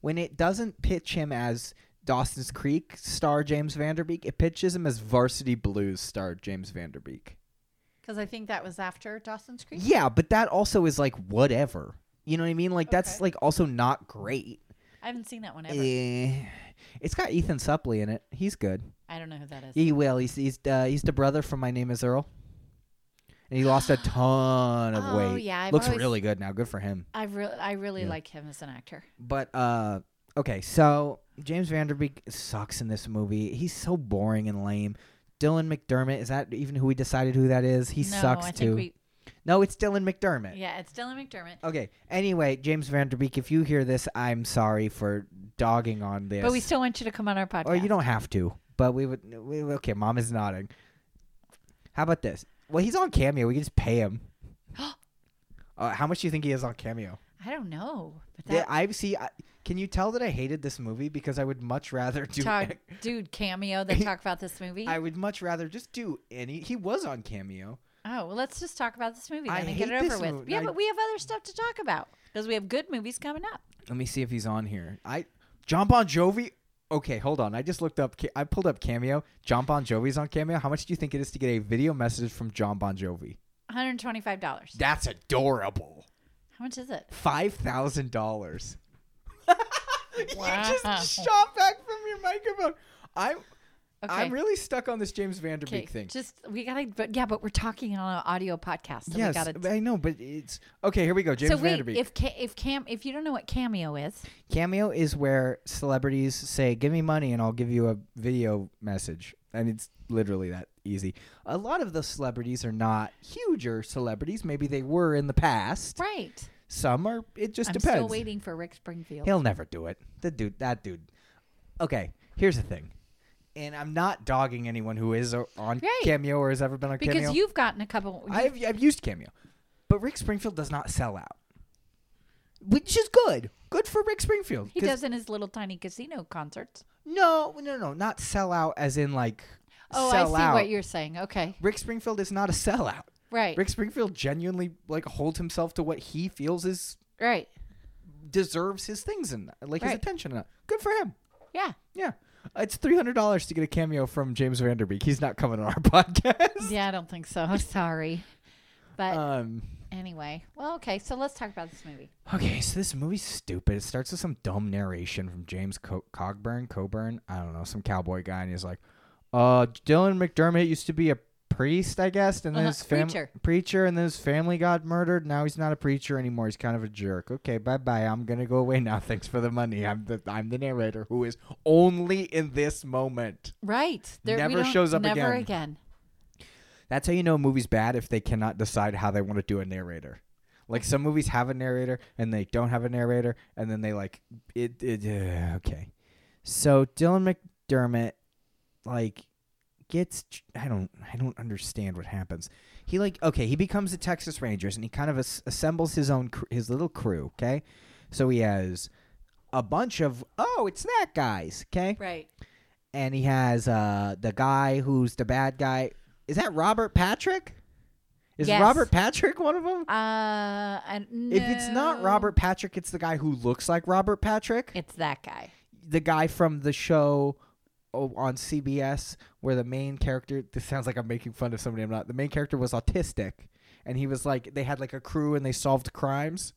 [SPEAKER 1] when it doesn't pitch him as Dawson's Creek star James Vanderbeek, it pitches him as Varsity Blues star James Vanderbeek.
[SPEAKER 2] Because I think that was after Dawson's Creek.
[SPEAKER 1] Yeah, but that also is like whatever. You know what I mean? Like that's
[SPEAKER 2] Okay.
[SPEAKER 1] like also not great.
[SPEAKER 2] I haven't seen that one ever.
[SPEAKER 1] Eh, it's got Ethan Suplee in it. He's good.
[SPEAKER 2] I don't know who that is.
[SPEAKER 1] He will. He's he's uh, he's the brother from My Name Is Earl, and he lost a ton of
[SPEAKER 2] oh
[SPEAKER 1] weight.
[SPEAKER 2] yeah, I've
[SPEAKER 1] Looks
[SPEAKER 2] always,
[SPEAKER 1] really good now. Good for him.
[SPEAKER 2] I really, I really
[SPEAKER 1] Yeah.
[SPEAKER 2] like him as an actor.
[SPEAKER 1] But uh, okay, so James Vanderbeek sucks in this movie. He's so boring and lame. Dylan McDermott is that even who we decided who that is? He
[SPEAKER 2] no,
[SPEAKER 1] sucks
[SPEAKER 2] I
[SPEAKER 1] too.
[SPEAKER 2] Think
[SPEAKER 1] No, it's Dylan
[SPEAKER 2] we,
[SPEAKER 1] McDermott.
[SPEAKER 2] yeah, it's Dylan McDermott.
[SPEAKER 1] Okay. Anyway, James Vanderbeek, if you hear this, I'm sorry for dogging on this.
[SPEAKER 2] But we still want you to come on our podcast.
[SPEAKER 1] Or you don't have to, but we would. We, okay, mom is nodding. How about this? Well, he's on Cameo. We can just pay him. uh, how much do you think he is on Cameo?
[SPEAKER 2] I don't know. But
[SPEAKER 1] Yeah,
[SPEAKER 2] that
[SPEAKER 1] I see. I, can you tell that I hated this movie because I would much rather do.
[SPEAKER 2] talk, dude cameo that talk about this movie.
[SPEAKER 1] I would much rather just do any. He was on Cameo.
[SPEAKER 2] oh, well, let's just talk about this movie
[SPEAKER 1] I
[SPEAKER 2] then and get
[SPEAKER 1] hate
[SPEAKER 2] it over
[SPEAKER 1] this
[SPEAKER 2] with.
[SPEAKER 1] movie.
[SPEAKER 2] Yeah,
[SPEAKER 1] I-
[SPEAKER 2] but we have other stuff to talk about because we have good movies coming up.
[SPEAKER 1] Let me see if he's on here. I John Bon Jovi. Okay, hold on. I just looked up. Ca- I pulled up Cameo. John Bon Jovi's on Cameo. How much do you think it is to get a video message from John Bon Jovi?
[SPEAKER 2] One hundred twenty-five dollars.
[SPEAKER 1] That's adorable.
[SPEAKER 2] How much is it?
[SPEAKER 1] Five thousand dollars. You
[SPEAKER 2] Wow.
[SPEAKER 1] just shot back from your microphone. I'm
[SPEAKER 2] Okay.
[SPEAKER 1] I'm really stuck on this James Vanderbeek
[SPEAKER 2] Okay,
[SPEAKER 1] thing.
[SPEAKER 2] Just we gotta, but yeah, but we're talking on an audio podcast. So
[SPEAKER 1] yes,
[SPEAKER 2] we gotta
[SPEAKER 1] I know, but it's okay. Here we go. James
[SPEAKER 2] so wait,
[SPEAKER 1] Vanderbeek.
[SPEAKER 2] if ca- if cam if you don't know what cameo is,
[SPEAKER 1] Cameo is where celebrities say, "Give me money and I'll give you a video message," and it's literally that easy. A lot of the celebrities are not huger celebrities. Maybe they were in the past.
[SPEAKER 2] right?
[SPEAKER 1] Some are. It just
[SPEAKER 2] I'm
[SPEAKER 1] depends.
[SPEAKER 2] still waiting for Rick Springfield.
[SPEAKER 1] He'll never do it. The dude. That dude. Okay. Here's the thing, and I'm not dogging anyone who is o- on
[SPEAKER 2] Right.
[SPEAKER 1] Cameo or has ever been on
[SPEAKER 2] Because
[SPEAKER 1] Cameo.
[SPEAKER 2] you've gotten a couple. you-
[SPEAKER 1] I've I've used Cameo, but Rick Springfield does not sell out, which is good. Good for Rick Springfield.
[SPEAKER 2] he
[SPEAKER 1] 'cause-
[SPEAKER 2] does in his little tiny casino concerts.
[SPEAKER 1] No, no, no, not sell out as in like
[SPEAKER 2] Oh,
[SPEAKER 1] sell
[SPEAKER 2] I see
[SPEAKER 1] out.
[SPEAKER 2] what you're saying. Okay,
[SPEAKER 1] Rick Springfield is not a sellout.
[SPEAKER 2] right,
[SPEAKER 1] Rick Springfield genuinely like holds himself to what he feels is
[SPEAKER 2] right,
[SPEAKER 1] deserves his things and like his
[SPEAKER 2] Right.
[SPEAKER 1] attention. And that. Good for him.
[SPEAKER 2] yeah,
[SPEAKER 1] Yeah. It's three hundred dollars to get a cameo from James Vanderbeek. He's not coming on our podcast.
[SPEAKER 2] yeah. I don't think so. Sorry, but
[SPEAKER 1] Um.
[SPEAKER 2] anyway, well, okay. So let's talk about this movie.
[SPEAKER 1] Okay, so this movie's stupid. It starts with some dumb narration from James Co- Cogburn, Coburn, I don't know, some cowboy guy, and he's like, "Uh, Dylan McDermott used to be a priest, I guess, and then
[SPEAKER 2] Uh-huh,
[SPEAKER 1] his family
[SPEAKER 2] preacher.
[SPEAKER 1] and then his family got murdered. Now he's not a preacher anymore. He's kind of a jerk. Okay, bye bye. I'm gonna go away now. Thanks for the money. I'm the I'm the narrator who is only in this moment.
[SPEAKER 2] Right, there we
[SPEAKER 1] Never
[SPEAKER 2] don't-
[SPEAKER 1] shows up
[SPEAKER 2] never
[SPEAKER 1] again.
[SPEAKER 2] again.
[SPEAKER 1] That's how you know a movie's bad if they cannot decide how they want to do a narrator. Like some movies have a narrator and they don't have a narrator, and then they like it. it uh, okay, so Dylan McDermott like gets tr- I don't I don't understand what happens. He like okay he becomes the Texas Rangers and he kind of as- assembles his own cr- his little crew. Okay, so he has a bunch of oh it's that guys. Okay,
[SPEAKER 2] Right.
[SPEAKER 1] and he has uh the guy who's the bad guy. Is that Robert Patrick? Is
[SPEAKER 2] Yes.
[SPEAKER 1] Robert Patrick one of them?
[SPEAKER 2] Uh, and
[SPEAKER 1] If it's not
[SPEAKER 2] no,
[SPEAKER 1] Robert Patrick, it's the guy who looks like Robert Patrick,
[SPEAKER 2] it's that guy.
[SPEAKER 1] the guy from the show oh, on CBS where the main character. This sounds like I'm making fun of somebody. I'm not. The main character was autistic, and he was like they had like a crew and they solved crimes.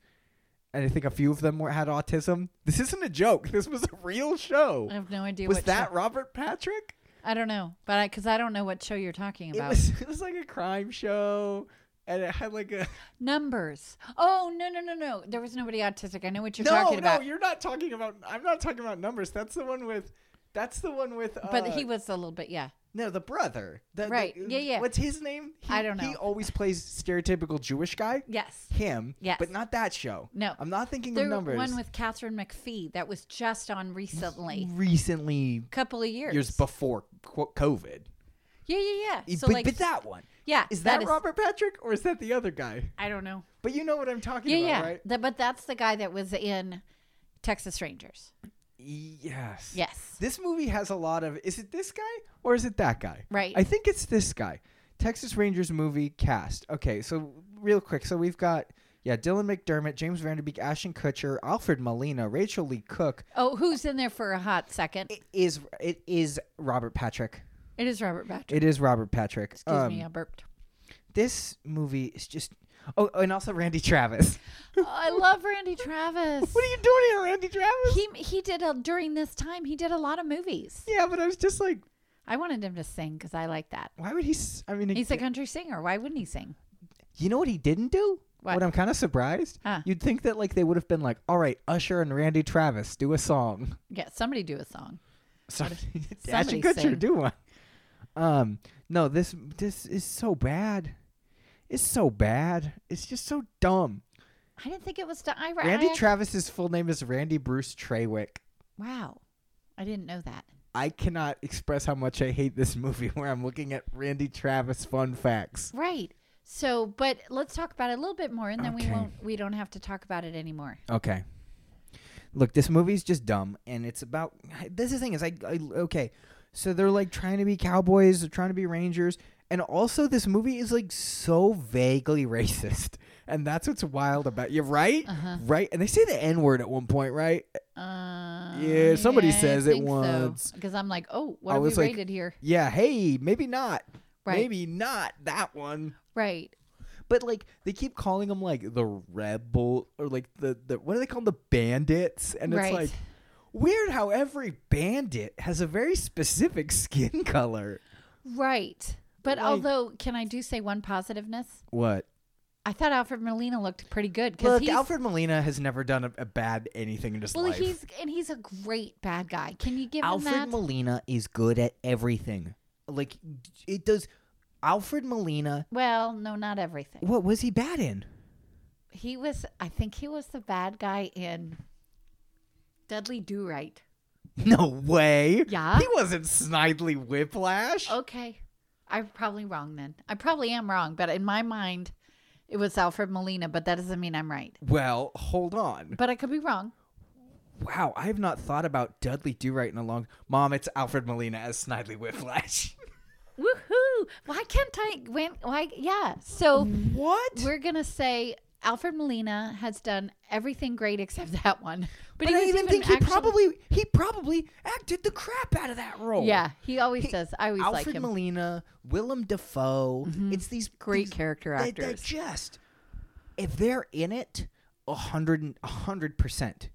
[SPEAKER 1] And I think a few of them were, had autism. This isn't a joke. This was a real show.
[SPEAKER 2] I have no idea.
[SPEAKER 1] Was
[SPEAKER 2] what
[SPEAKER 1] that
[SPEAKER 2] show-
[SPEAKER 1] Robert Patrick?
[SPEAKER 2] I don't know, but I because I don't know what show you're talking
[SPEAKER 1] It
[SPEAKER 2] about.
[SPEAKER 1] was it was like a crime show, and it had like a
[SPEAKER 2] Numbers. Oh no no no no! There was nobody autistic. I know what you're
[SPEAKER 1] no,
[SPEAKER 2] talking
[SPEAKER 1] no.
[SPEAKER 2] about.
[SPEAKER 1] You're not talking about. I'm not talking about numbers. That's the one with. That's the one with. Uh,
[SPEAKER 2] but he was a little bit yeah.
[SPEAKER 1] no the brother. The- the-
[SPEAKER 2] Right, yeah, yeah.
[SPEAKER 1] What's his name? He,
[SPEAKER 2] I don't
[SPEAKER 1] He
[SPEAKER 2] know.
[SPEAKER 1] always plays stereotypical Jewish guy.
[SPEAKER 2] Yes.
[SPEAKER 1] Him.
[SPEAKER 2] Yes.
[SPEAKER 1] But not that show.
[SPEAKER 2] No.
[SPEAKER 1] I'm not thinking
[SPEAKER 2] There
[SPEAKER 1] of
[SPEAKER 2] was
[SPEAKER 1] numbers.
[SPEAKER 2] one with Catherine McPhee that was just on recently,
[SPEAKER 1] recently
[SPEAKER 2] couple of years.
[SPEAKER 1] years before co- COVID.
[SPEAKER 2] yeah yeah yeah. So
[SPEAKER 1] but,
[SPEAKER 2] like
[SPEAKER 1] but that one
[SPEAKER 2] yeah
[SPEAKER 1] is that, Robert Patrick or is that the other guy?
[SPEAKER 2] I don't know.
[SPEAKER 1] But you know what I'm talking
[SPEAKER 2] Yeah
[SPEAKER 1] about,
[SPEAKER 2] yeah.
[SPEAKER 1] right?
[SPEAKER 2] That- but that's the guy that was in Texas Rangers.
[SPEAKER 1] Yes.
[SPEAKER 2] Yes.
[SPEAKER 1] This movie has a lot of. Is it this guy or is it that guy?
[SPEAKER 2] Right.
[SPEAKER 1] I think it's this guy. Texas Rangers movie cast. Okay, so real quick. So we've got yeah, Dylan McDermott, James Vanderbeek, Ashton Kutcher, Alfred Molina, Rachel Lee Cook.
[SPEAKER 2] oh, who's in there for a hot second?
[SPEAKER 1] It is it is Robert Patrick.
[SPEAKER 2] It is Robert Patrick.
[SPEAKER 1] It is Robert Patrick.
[SPEAKER 2] Excuse
[SPEAKER 1] Um,
[SPEAKER 2] me, I burped.
[SPEAKER 1] This movie is just. Oh, and also Randy Travis.
[SPEAKER 2] Oh, I love Randy Travis.
[SPEAKER 1] What are you doing here, Randy Travis?
[SPEAKER 2] he he did a, during this time. He did a lot of movies.
[SPEAKER 1] yeah, but I was just like,
[SPEAKER 2] I wanted him to sing because I like that.
[SPEAKER 1] why would he? s- I mean,
[SPEAKER 2] He's a country singer. Why wouldn't he sing?
[SPEAKER 1] you know what he didn't do?
[SPEAKER 2] What?
[SPEAKER 1] I'm kind of surprised.
[SPEAKER 2] Huh.
[SPEAKER 1] You'd think that like they would have been like, all right, Usher and Randy Travis do a song.
[SPEAKER 2] Yeah, somebody do a song.
[SPEAKER 1] Somebody, Dash
[SPEAKER 2] somebody
[SPEAKER 1] and Kutcher
[SPEAKER 2] sing.
[SPEAKER 1] do one. Um, no, this this is so bad. It's so bad. It's just so dumb.
[SPEAKER 2] I didn't think it was to I,
[SPEAKER 1] Randy
[SPEAKER 2] I,
[SPEAKER 1] Travis's full name is Randy Bruce Trawick.
[SPEAKER 2] Wow, I didn't know that.
[SPEAKER 1] I cannot express how much I hate this movie where I'm looking at Randy Travis fun facts.
[SPEAKER 2] Right. So, but let's talk about it a little bit more, and then
[SPEAKER 1] Okay.
[SPEAKER 2] we won't. We don't have to talk about it anymore.
[SPEAKER 1] Okay. Look, this movie's just dumb, and it's about. This is the thing is, I, I okay, so they're like trying to be cowboys, they're trying to be rangers, and also this movie is like so vaguely racist, and that's what's wild about you, right?
[SPEAKER 2] Uh-huh.
[SPEAKER 1] Right, and they say the N word at one point, right?
[SPEAKER 2] Uh,
[SPEAKER 1] Yeah, somebody says it once.
[SPEAKER 2] Because I'm like, oh, what
[SPEAKER 1] I
[SPEAKER 2] have we
[SPEAKER 1] was like-
[SPEAKER 2] rated here?
[SPEAKER 1] Yeah, hey, maybe not,
[SPEAKER 2] Right.
[SPEAKER 1] maybe not that one.
[SPEAKER 2] Right.
[SPEAKER 1] But like they keep calling them like the rebel or like the, the what do they call 'em? the bandits? And
[SPEAKER 2] Right.
[SPEAKER 1] it's like weird how every bandit has a very specific skin color.
[SPEAKER 2] Right. But
[SPEAKER 1] Like-
[SPEAKER 2] although, can I do say one positiveness?
[SPEAKER 1] What?
[SPEAKER 2] I thought Alfred Molina looked pretty good because
[SPEAKER 1] Look,
[SPEAKER 2] he's
[SPEAKER 1] Alfred Molina has never done a, a bad anything in his
[SPEAKER 2] well,
[SPEAKER 1] life.
[SPEAKER 2] he's and he's a great bad guy. Can you give
[SPEAKER 1] Alfred
[SPEAKER 2] him that?
[SPEAKER 1] Molina is good at everything. Like it does. Alfred Molina.
[SPEAKER 2] well, no, not everything.
[SPEAKER 1] What was he bad in?
[SPEAKER 2] He was, I think, he was the bad guy in Dudley Do Right.
[SPEAKER 1] No way.
[SPEAKER 2] Yeah. Oh.
[SPEAKER 1] He wasn't Snidely Whiplash.
[SPEAKER 2] Okay. I'm probably wrong then. I probably am wrong, but in my mind, it was Alfred Molina, but that doesn't mean I'm right.
[SPEAKER 1] Well, hold on.
[SPEAKER 2] But I could be wrong.
[SPEAKER 1] Wow, I have not thought about Dudley Do Right in a long. Mom, it's Alfred Molina as Snidely Whiplash.
[SPEAKER 2] Woohoo! Why can't I? When, why? Yeah. So
[SPEAKER 1] what?
[SPEAKER 2] we're going to say Alfred Molina has done everything great except that one.
[SPEAKER 1] but
[SPEAKER 2] But, he
[SPEAKER 1] I
[SPEAKER 2] was
[SPEAKER 1] even think he
[SPEAKER 2] actually-
[SPEAKER 1] probably he probably acted the crap out of that role.
[SPEAKER 2] Yeah, he always
[SPEAKER 1] Oh. He-
[SPEAKER 2] does. I always
[SPEAKER 1] Alfred
[SPEAKER 2] like him. Mm-hmm.
[SPEAKER 1] Molina, Willem Dafoe. It's these
[SPEAKER 2] Great
[SPEAKER 1] these-
[SPEAKER 2] character
[SPEAKER 1] they- They're
[SPEAKER 2] actors.
[SPEAKER 1] just if they're in it, a hundred and- a hundred percent,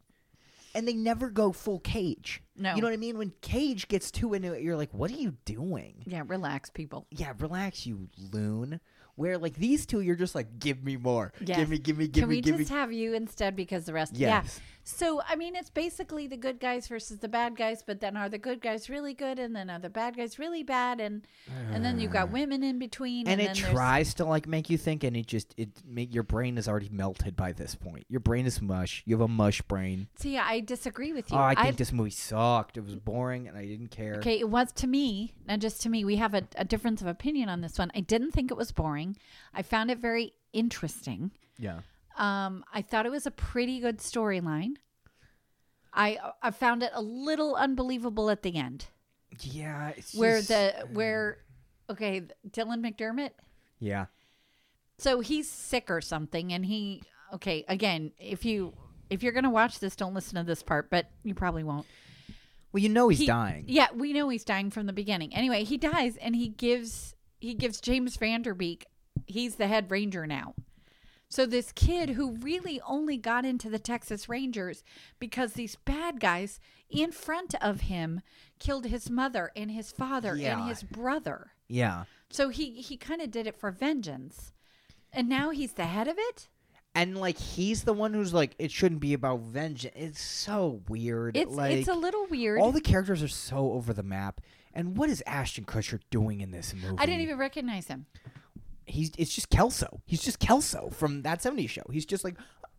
[SPEAKER 1] and they never go full Cage.
[SPEAKER 2] No.
[SPEAKER 1] you know what I mean. When Cage gets too into it, you're like, "What are you doing?"
[SPEAKER 2] Yeah, relax, people.
[SPEAKER 1] yeah, relax, you loon. Where like these two, you're just like, give me more,
[SPEAKER 2] Yes.
[SPEAKER 1] give me, give me, give
[SPEAKER 2] Can
[SPEAKER 1] me,
[SPEAKER 2] we
[SPEAKER 1] give
[SPEAKER 2] just
[SPEAKER 1] me.
[SPEAKER 2] have you instead because the rest?
[SPEAKER 1] Yes.
[SPEAKER 2] Yeah. So I mean, it's basically the good guys versus the bad guys, but then are the good guys really good, and then are the bad guys really bad, and and then you've got women in between,
[SPEAKER 1] Uh. and
[SPEAKER 2] and,
[SPEAKER 1] it
[SPEAKER 2] then there's-
[SPEAKER 1] tries to like make you think, and it just it make your brain is already melted by this point. Your brain is mush. You have a mush brain.
[SPEAKER 2] See, I disagree with you.
[SPEAKER 1] oh, I think this movie sucked. It was boring, and I didn't care.
[SPEAKER 2] Okay, it was to me, not just to me. We have a, a difference of opinion on this one. I didn't think it was boring. I found it very interesting.
[SPEAKER 1] Yeah.
[SPEAKER 2] Um, I thought it was a pretty good storyline. I I found it a little unbelievable at the end,
[SPEAKER 1] Yeah. It's
[SPEAKER 2] where
[SPEAKER 1] just-
[SPEAKER 2] the where, okay, Dylan McDermott.
[SPEAKER 1] yeah.
[SPEAKER 2] So he's sick or something, and he okay again. If you if you're gonna watch this, don't listen to this part, but you probably won't.
[SPEAKER 1] Well, you know he's
[SPEAKER 2] He-
[SPEAKER 1] dying.
[SPEAKER 2] Yeah, we know he's dying from the beginning. Anyway, he dies, and he gives he gives James Vanderbeek. He's the head ranger now. So this kid who really only got into the Texas Rangers because these bad guys in front of him killed his mother and his father
[SPEAKER 1] Yeah.
[SPEAKER 2] and his brother.
[SPEAKER 1] Yeah.
[SPEAKER 2] So he he kind of did it for vengeance. And now he's the head of it?
[SPEAKER 1] And like he's the one who's like, it shouldn't be about vengeance. It's so weird.
[SPEAKER 2] It's
[SPEAKER 1] like,
[SPEAKER 2] it's a little weird.
[SPEAKER 1] All the characters are so over the map. And what is Ashton Kutcher doing in this movie?
[SPEAKER 2] I didn't even recognize him.
[SPEAKER 1] He's it's just Kelso. He's just Kelso from that 70s show. He's just like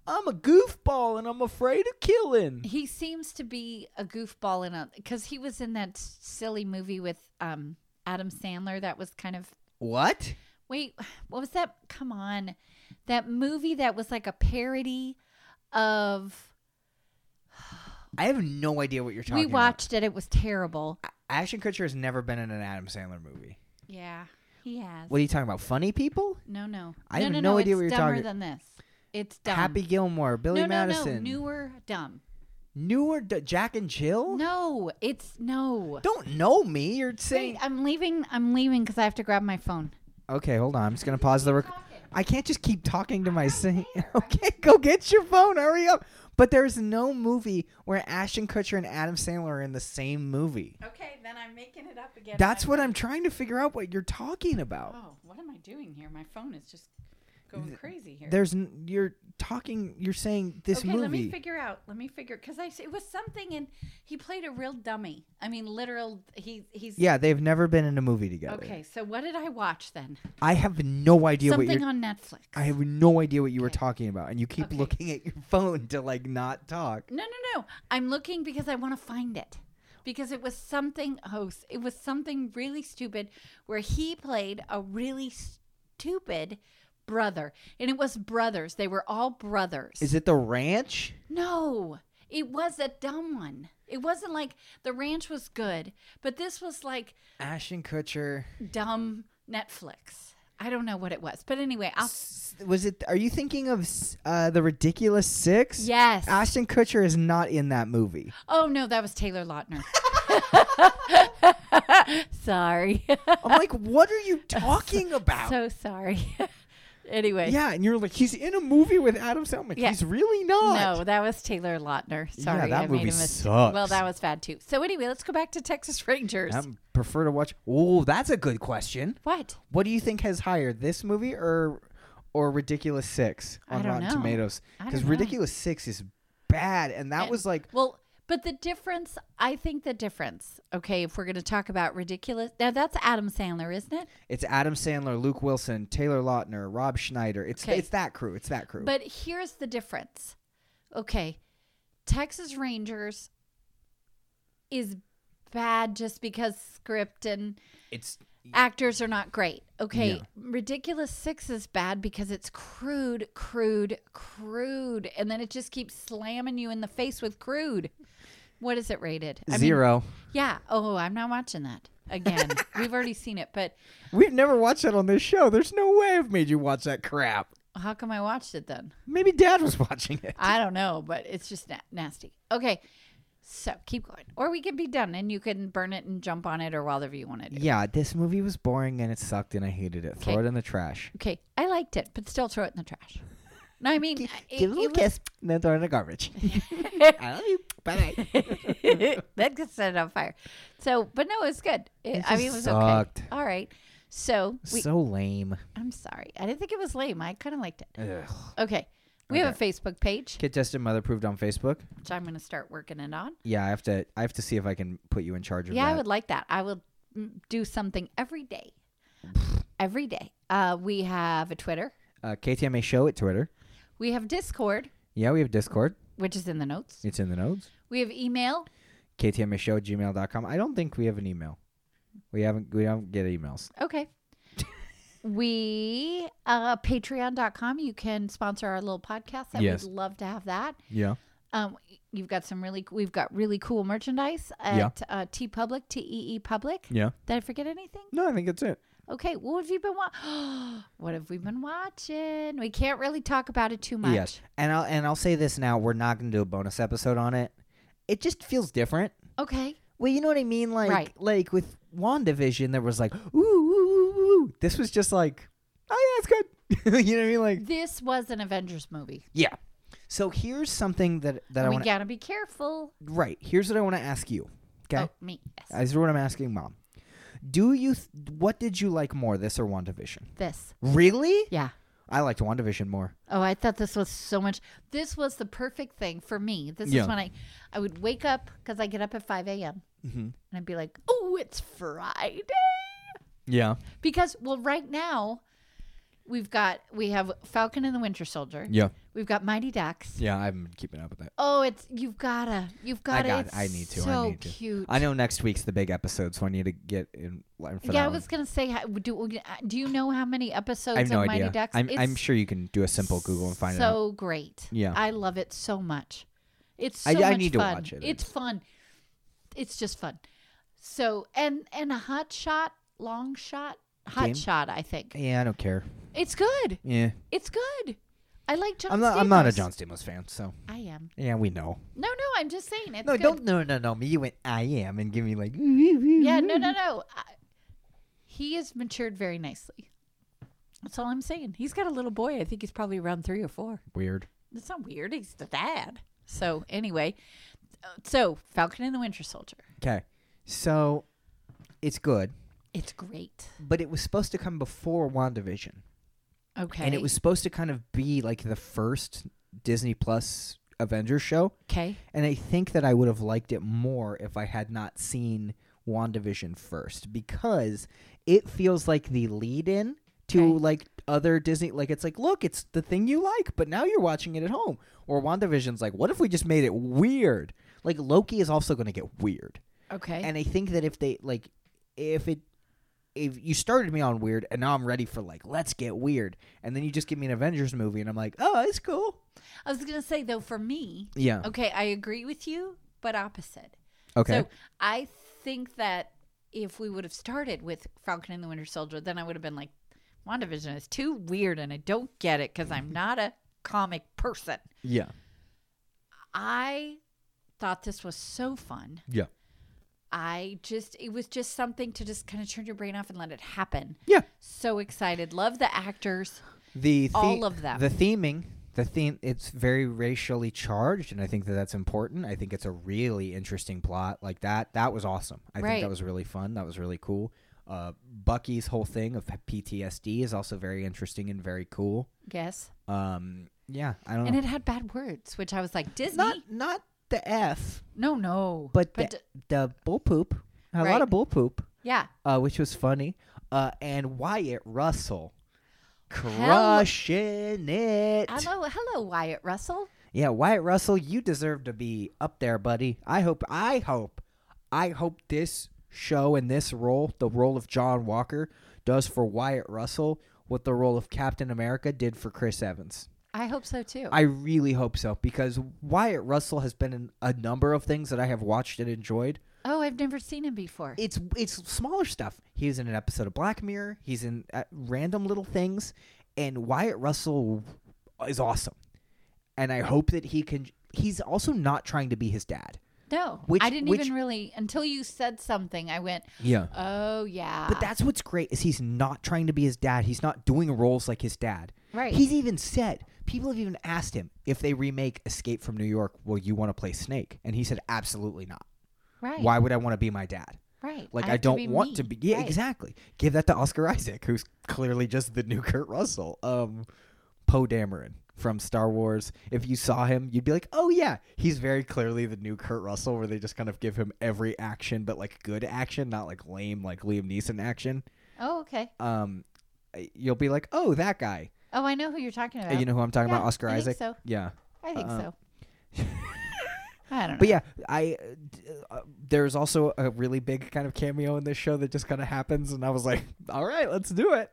[SPEAKER 1] I'm a goofball and I'm afraid of killing.
[SPEAKER 2] He seems to be a goofball in a because he was in that silly movie with um Adam Sandler that was kind of
[SPEAKER 1] What?
[SPEAKER 2] wait what was that? Come on, that movie that was like a parody of
[SPEAKER 1] I have no idea what you're talking
[SPEAKER 2] we
[SPEAKER 1] about.
[SPEAKER 2] watched it. It was terrible.
[SPEAKER 1] Ashton Kutcher has never been in an Adam Sandler movie.
[SPEAKER 2] Yeah, he has.
[SPEAKER 1] What are you talking about? Funny people?
[SPEAKER 2] No, no,
[SPEAKER 1] I
[SPEAKER 2] no,
[SPEAKER 1] have
[SPEAKER 2] no,
[SPEAKER 1] no
[SPEAKER 2] no,
[SPEAKER 1] idea
[SPEAKER 2] it's
[SPEAKER 1] what you're
[SPEAKER 2] dumber
[SPEAKER 1] talking-
[SPEAKER 2] than this. It's dumb.
[SPEAKER 1] Happy Gilmore, Billy
[SPEAKER 2] no, no,
[SPEAKER 1] Madison.
[SPEAKER 2] no, newer dumb.
[SPEAKER 1] Newer D- Jack and Jill?
[SPEAKER 2] No, it's no.
[SPEAKER 1] Don't know me. You're
[SPEAKER 2] Wait,
[SPEAKER 1] saying
[SPEAKER 2] I'm leaving. I'm leaving because I have to grab my phone.
[SPEAKER 1] Okay, hold on. I'm just gonna pause the. Rec- I can't just keep talking to my sing. Okay, go get your phone. Hurry up. But there's no movie where Ashton Kutcher and Adam Sandler are in the same movie.
[SPEAKER 2] Okay, then I'm making it up again.
[SPEAKER 1] That's what I'm trying to figure out. What you're talking about?
[SPEAKER 2] Oh, what am I doing here? My phone is just going crazy here.
[SPEAKER 1] There's n- you're talking. You're saying this
[SPEAKER 2] okay,
[SPEAKER 1] movie.
[SPEAKER 2] let me figure out. Let me figure because I s- it was something and he played a real dummy. I mean, literal. He he's
[SPEAKER 1] yeah, they've never been in a movie together.
[SPEAKER 2] Okay, so what did I watch then?
[SPEAKER 1] I have no idea what
[SPEAKER 2] Something
[SPEAKER 1] you're.
[SPEAKER 2] on Netflix.
[SPEAKER 1] I have no idea what you were
[SPEAKER 2] Okay.
[SPEAKER 1] talking about, and you keep
[SPEAKER 2] Okay.
[SPEAKER 1] looking at your phone to like not talk.
[SPEAKER 2] No, no, no. I'm looking because I want to find it. Because it was something, oh, s- it was something really stupid where he played a really stupid brother. And it was brothers. They were all brothers.
[SPEAKER 1] Is it the ranch?
[SPEAKER 2] no, it was a dumb one. It wasn't like the ranch was good, but this was like
[SPEAKER 1] Ashton Kutcher.
[SPEAKER 2] dumb Netflix. I don't know what it was. But anyway, I'll.
[SPEAKER 1] S- Was it? Are you thinking of s- uh, the ridiculous six?
[SPEAKER 2] Yes.
[SPEAKER 1] Ashton Kutcher is not in that movie.
[SPEAKER 2] oh, no, that was Taylor Lautner. Sorry.
[SPEAKER 1] I'm like, what are you talking about?
[SPEAKER 2] So sorry. anyway.
[SPEAKER 1] yeah, and you're like, he's in a movie with Adam Sandler.
[SPEAKER 2] Yeah.
[SPEAKER 1] He's really not.
[SPEAKER 2] No, that was Taylor Lautner. Sorry,
[SPEAKER 1] that
[SPEAKER 2] I
[SPEAKER 1] movie
[SPEAKER 2] made a mistake.
[SPEAKER 1] sucks.
[SPEAKER 2] Well, that was bad too. So anyway, let's go back to Texas Rangers.
[SPEAKER 1] I prefer to watch. Oh, that's a good question.
[SPEAKER 2] what?
[SPEAKER 1] What do you think has higher, this movie or or Ridiculous Six
[SPEAKER 2] I
[SPEAKER 1] on
[SPEAKER 2] don't
[SPEAKER 1] Rotten
[SPEAKER 2] know.
[SPEAKER 1] Tomatoes?
[SPEAKER 2] I
[SPEAKER 1] Because
[SPEAKER 2] don't know.
[SPEAKER 1] Ridiculous Six is bad, and that
[SPEAKER 2] And-
[SPEAKER 1] was like
[SPEAKER 2] Well, but the difference, I think the difference. Okay, if we're going to talk about ridiculous, now that's Adam Sandler, isn't it?
[SPEAKER 1] it's Adam Sandler, Luke Wilson, Taylor Lautner, Rob Schneider. It's
[SPEAKER 2] Okay.
[SPEAKER 1] it's that crew. It's that crew.
[SPEAKER 2] But here's the difference. Okay, Texas Rangers is bad just because script and
[SPEAKER 1] it's
[SPEAKER 2] actors are not great. Okay,
[SPEAKER 1] Yeah.
[SPEAKER 2] Ridiculous Six is bad because it's crude, crude, crude, and then it just keeps slamming you in the face with crude. What is it rated? I mean,
[SPEAKER 1] zero.
[SPEAKER 2] yeah. Oh, I'm not watching that again. We've already seen it, but
[SPEAKER 1] We've never watched that on this show. There's no way I've made you watch that crap.
[SPEAKER 2] how come I watched it then?
[SPEAKER 1] Maybe Dad was watching it.
[SPEAKER 2] I don't know, but it's just na- nasty. Okay. So keep going, or we can be done, and you can burn it and jump on it, or whatever you want to do.
[SPEAKER 1] Yeah, this movie was boring and it sucked and I hated it. Throw
[SPEAKER 2] Okay.
[SPEAKER 1] it in the trash.
[SPEAKER 2] Okay, I liked it, but still throw it in the trash. No, I mean, it-
[SPEAKER 1] Give it a
[SPEAKER 2] it
[SPEAKER 1] little
[SPEAKER 2] was-
[SPEAKER 1] kiss, and then throw it in the garbage. I love you. Bye bye.
[SPEAKER 2] that gets set it on fire. So, but no, it was good. It-
[SPEAKER 1] It
[SPEAKER 2] I mean, it
[SPEAKER 1] just
[SPEAKER 2] was
[SPEAKER 1] sucked.
[SPEAKER 2] okay. All right. So, we,
[SPEAKER 1] so lame.
[SPEAKER 2] I'm sorry. I didn't think it was lame. I kind of liked it.
[SPEAKER 1] Ugh.
[SPEAKER 2] Okay. We have a Facebook page,
[SPEAKER 1] Get tested, mother proved on Facebook.
[SPEAKER 2] which I'm going to start working it on.
[SPEAKER 1] Yeah, I have to. I have to see if I can put you in charge of
[SPEAKER 2] Yeah,
[SPEAKER 1] that.
[SPEAKER 2] I would like that. I will mm, do something every day. every day. Uh, we have a Twitter.
[SPEAKER 1] Uh, KTMA show at Twitter.
[SPEAKER 2] We have Discord,
[SPEAKER 1] Yeah, we have Discord.
[SPEAKER 2] which is in the notes.
[SPEAKER 1] It's in the notes.
[SPEAKER 2] We have email.
[SPEAKER 1] KTMA show at gmail.com. I don't think we have an email. We haven't. We don't get emails.
[SPEAKER 2] Okay. we uh patreon.com you can sponsor our little podcast i
[SPEAKER 1] Yes.
[SPEAKER 2] would love to have that
[SPEAKER 1] Yeah.
[SPEAKER 2] um you've got some really we've got really cool merchandise at
[SPEAKER 1] Yeah.
[SPEAKER 2] uh t public t e e public
[SPEAKER 1] Yeah.
[SPEAKER 2] did i forget anything
[SPEAKER 1] No, I think that's it.
[SPEAKER 2] okay what have you been wa- what have we been watching we can't really talk about it too much
[SPEAKER 1] Yes. And I'll and I'll say this now. We're not going to do a bonus episode on it. It just feels different.
[SPEAKER 2] okay
[SPEAKER 1] Well, you know what I mean. Like
[SPEAKER 2] Right.
[SPEAKER 1] like with Wandavision, there was like ooh, ooh, ooh, ooh, ooh. This was just like oh yeah, it's good. you know what I mean? Like
[SPEAKER 2] this was an avengers movie
[SPEAKER 1] yeah. So here's something that that I
[SPEAKER 2] we
[SPEAKER 1] want to
[SPEAKER 2] gotta be careful
[SPEAKER 1] right. Here's what I want to ask you. Okay.
[SPEAKER 2] oh me yes.
[SPEAKER 1] This is what I'm asking, Mom. Do you? Th- what did you like more, this or WandaVision?
[SPEAKER 2] this
[SPEAKER 1] Really?
[SPEAKER 2] yeah
[SPEAKER 1] I liked WandaVision more.
[SPEAKER 2] Oh, I thought this was so much. This was the perfect thing for me. This
[SPEAKER 1] Yeah.
[SPEAKER 2] is when I, I would wake up because I get up at five a.m.
[SPEAKER 1] Mm-hmm.
[SPEAKER 2] and I'd be like, "Oh, it's Friday,"
[SPEAKER 1] Yeah.
[SPEAKER 2] because well, right now we've got we have Falcon and the Winter Soldier.
[SPEAKER 1] Yeah.
[SPEAKER 2] We've got Mighty Ducks.
[SPEAKER 1] Yeah. I've been keeping up with that.
[SPEAKER 2] Oh, it's you've gotta you've gotta.
[SPEAKER 1] got-
[SPEAKER 2] it's
[SPEAKER 1] I need to, I
[SPEAKER 2] So
[SPEAKER 1] need to.
[SPEAKER 2] cute.
[SPEAKER 1] I know next week's the big episode, so I need to get in line for
[SPEAKER 2] yeah, I
[SPEAKER 1] that. one.
[SPEAKER 2] was gonna say, how- do do you know how many episodes
[SPEAKER 1] I have no
[SPEAKER 2] of Mighty
[SPEAKER 1] idea.
[SPEAKER 2] Ducks?
[SPEAKER 1] I'm, I'm
[SPEAKER 2] It's
[SPEAKER 1] sure you can do a simple Google and find
[SPEAKER 2] so
[SPEAKER 1] it out.
[SPEAKER 2] great.
[SPEAKER 1] Yeah.
[SPEAKER 2] I love it so much. It's so
[SPEAKER 1] I- I
[SPEAKER 2] much
[SPEAKER 1] need to
[SPEAKER 2] fun.
[SPEAKER 1] watch it.
[SPEAKER 2] It's fun. It's just fun. So and and a hot shot, long shot, hot
[SPEAKER 1] Game?
[SPEAKER 2] shot. I think
[SPEAKER 1] Yeah, I don't care.
[SPEAKER 2] it's good.
[SPEAKER 1] Yeah,
[SPEAKER 2] It's good. I like John.
[SPEAKER 1] I'm not. I'm not a
[SPEAKER 2] Stamos.
[SPEAKER 1] John Stamos fan, so
[SPEAKER 2] I am.
[SPEAKER 1] yeah, we know.
[SPEAKER 2] No, no. I'm just saying it's
[SPEAKER 1] no,
[SPEAKER 2] good.
[SPEAKER 1] don't. No, no, no. Me, you went. I am, and give me like.
[SPEAKER 2] Yeah, no, no, no. I, he has matured very nicely. That's all I'm saying. He's got a little boy. I think he's probably around three or four.
[SPEAKER 1] Weird.
[SPEAKER 2] It's not weird. He's the dad. So anyway, uh, so Falcon and the Winter Soldier.
[SPEAKER 1] Okay. So it's good,
[SPEAKER 2] It's great.
[SPEAKER 1] but it was supposed to come before WandaVision.
[SPEAKER 2] Okay.
[SPEAKER 1] And it was supposed to kind of be like the first Disney Plus Avengers show.
[SPEAKER 2] okay.
[SPEAKER 1] And I think that I would have liked it more if I had not seen WandaVision first because it feels like the lead in to
[SPEAKER 2] Okay.
[SPEAKER 1] like other Disney like it's like look it's the thing you like but now you're watching it at home or WandaVision's like what if we just made it weird like Loki is also going to get weird
[SPEAKER 2] Okay.
[SPEAKER 1] and I think that if they like if it if you started me on weird and now I'm ready for like let's get weird and then you just give me an Avengers movie and I'm like oh it's cool
[SPEAKER 2] I was gonna say though, for me,
[SPEAKER 1] yeah
[SPEAKER 2] okay, I agree with you, but opposite.
[SPEAKER 1] okay
[SPEAKER 2] So I think that if we would have started with Falcon and the Winter Soldier, then I would have been like, WandaVision is too weird and I don't get it because I'm not a comic person.
[SPEAKER 1] yeah
[SPEAKER 2] I thought this was so fun.
[SPEAKER 1] yeah
[SPEAKER 2] I just, it was just something to just kind of turn your brain off and let it happen.
[SPEAKER 1] yeah
[SPEAKER 2] So excited. Love the actors.
[SPEAKER 1] the the-
[SPEAKER 2] All of them.
[SPEAKER 1] the theming the theme it's very racially charged and i think that that's important i think it's a really interesting plot like that that was awesome i think
[SPEAKER 2] Right.
[SPEAKER 1] that was really fun that was really cool uh, bucky's whole thing of ptsd is also very interesting and very cool
[SPEAKER 2] Yes.
[SPEAKER 1] um yeah i don't
[SPEAKER 2] And
[SPEAKER 1] know
[SPEAKER 2] it had bad words, which I was like, Disney?
[SPEAKER 1] not not the f
[SPEAKER 2] no, no.
[SPEAKER 1] but,
[SPEAKER 2] d-
[SPEAKER 1] the, the bull poop a
[SPEAKER 2] Right.
[SPEAKER 1] lot of bull poop
[SPEAKER 2] yeah.
[SPEAKER 1] uh, which was funny uh, and wyatt russell crushing it
[SPEAKER 2] Hello, hello, Wyatt Russell.
[SPEAKER 1] Yeah, Wyatt Russell, you deserve to be up there, buddy. I hope, I hope, I hope this show and this role, the role of John Walker, does for Wyatt Russell what the role of Captain America did for Chris Evans.
[SPEAKER 2] I hope so too.
[SPEAKER 1] I really hope so because Wyatt Russell has been in a number of things that I have watched and enjoyed.
[SPEAKER 2] oh, I've never seen him before.
[SPEAKER 1] It's it's smaller stuff. He's in an episode of Black Mirror. He's in uh, random little things, and Wyatt Russell is awesome. And I hope that he can. He's also not trying to be his dad.
[SPEAKER 2] No,
[SPEAKER 1] Which-
[SPEAKER 2] I didn't
[SPEAKER 1] which-
[SPEAKER 2] even really until you said something. I went,
[SPEAKER 1] Yeah.
[SPEAKER 2] oh yeah,
[SPEAKER 1] But that's what's great is he's not trying to be his dad. He's not doing roles like his dad.
[SPEAKER 2] Right.
[SPEAKER 1] He's even said people have even asked him if they remake Escape from New York, will you want to play Snake? And he said absolutely not.
[SPEAKER 2] right.
[SPEAKER 1] Why would I want to be my dad?
[SPEAKER 2] Right.
[SPEAKER 1] Like
[SPEAKER 2] have
[SPEAKER 1] I, don't
[SPEAKER 2] be
[SPEAKER 1] want
[SPEAKER 2] me.
[SPEAKER 1] to be. Yeah,
[SPEAKER 2] Right.
[SPEAKER 1] exactly. Give that to Oscar Isaac, who's clearly just the new Kurt Russell. Um, Poe Dameron from Star Wars. If you saw him, you'd be like, oh yeah, he's very clearly the new Kurt Russell, where they just kind of give him every action, but like good action, not like lame like Liam Neeson action.
[SPEAKER 2] Oh okay.
[SPEAKER 1] Um, you'll be like, oh that guy.
[SPEAKER 2] Oh, I know who you're talking about.
[SPEAKER 1] Uh, You know who I'm talking
[SPEAKER 2] Yeah,
[SPEAKER 1] about? Oscar
[SPEAKER 2] I think
[SPEAKER 1] Isaac.
[SPEAKER 2] so.
[SPEAKER 1] Yeah.
[SPEAKER 2] I think
[SPEAKER 1] uh,
[SPEAKER 2] so. I don't know.
[SPEAKER 1] But yeah, I uh, d- uh, there's also a really big kind of cameo in this show that just kind of happens, and I was like, all right, let's do it,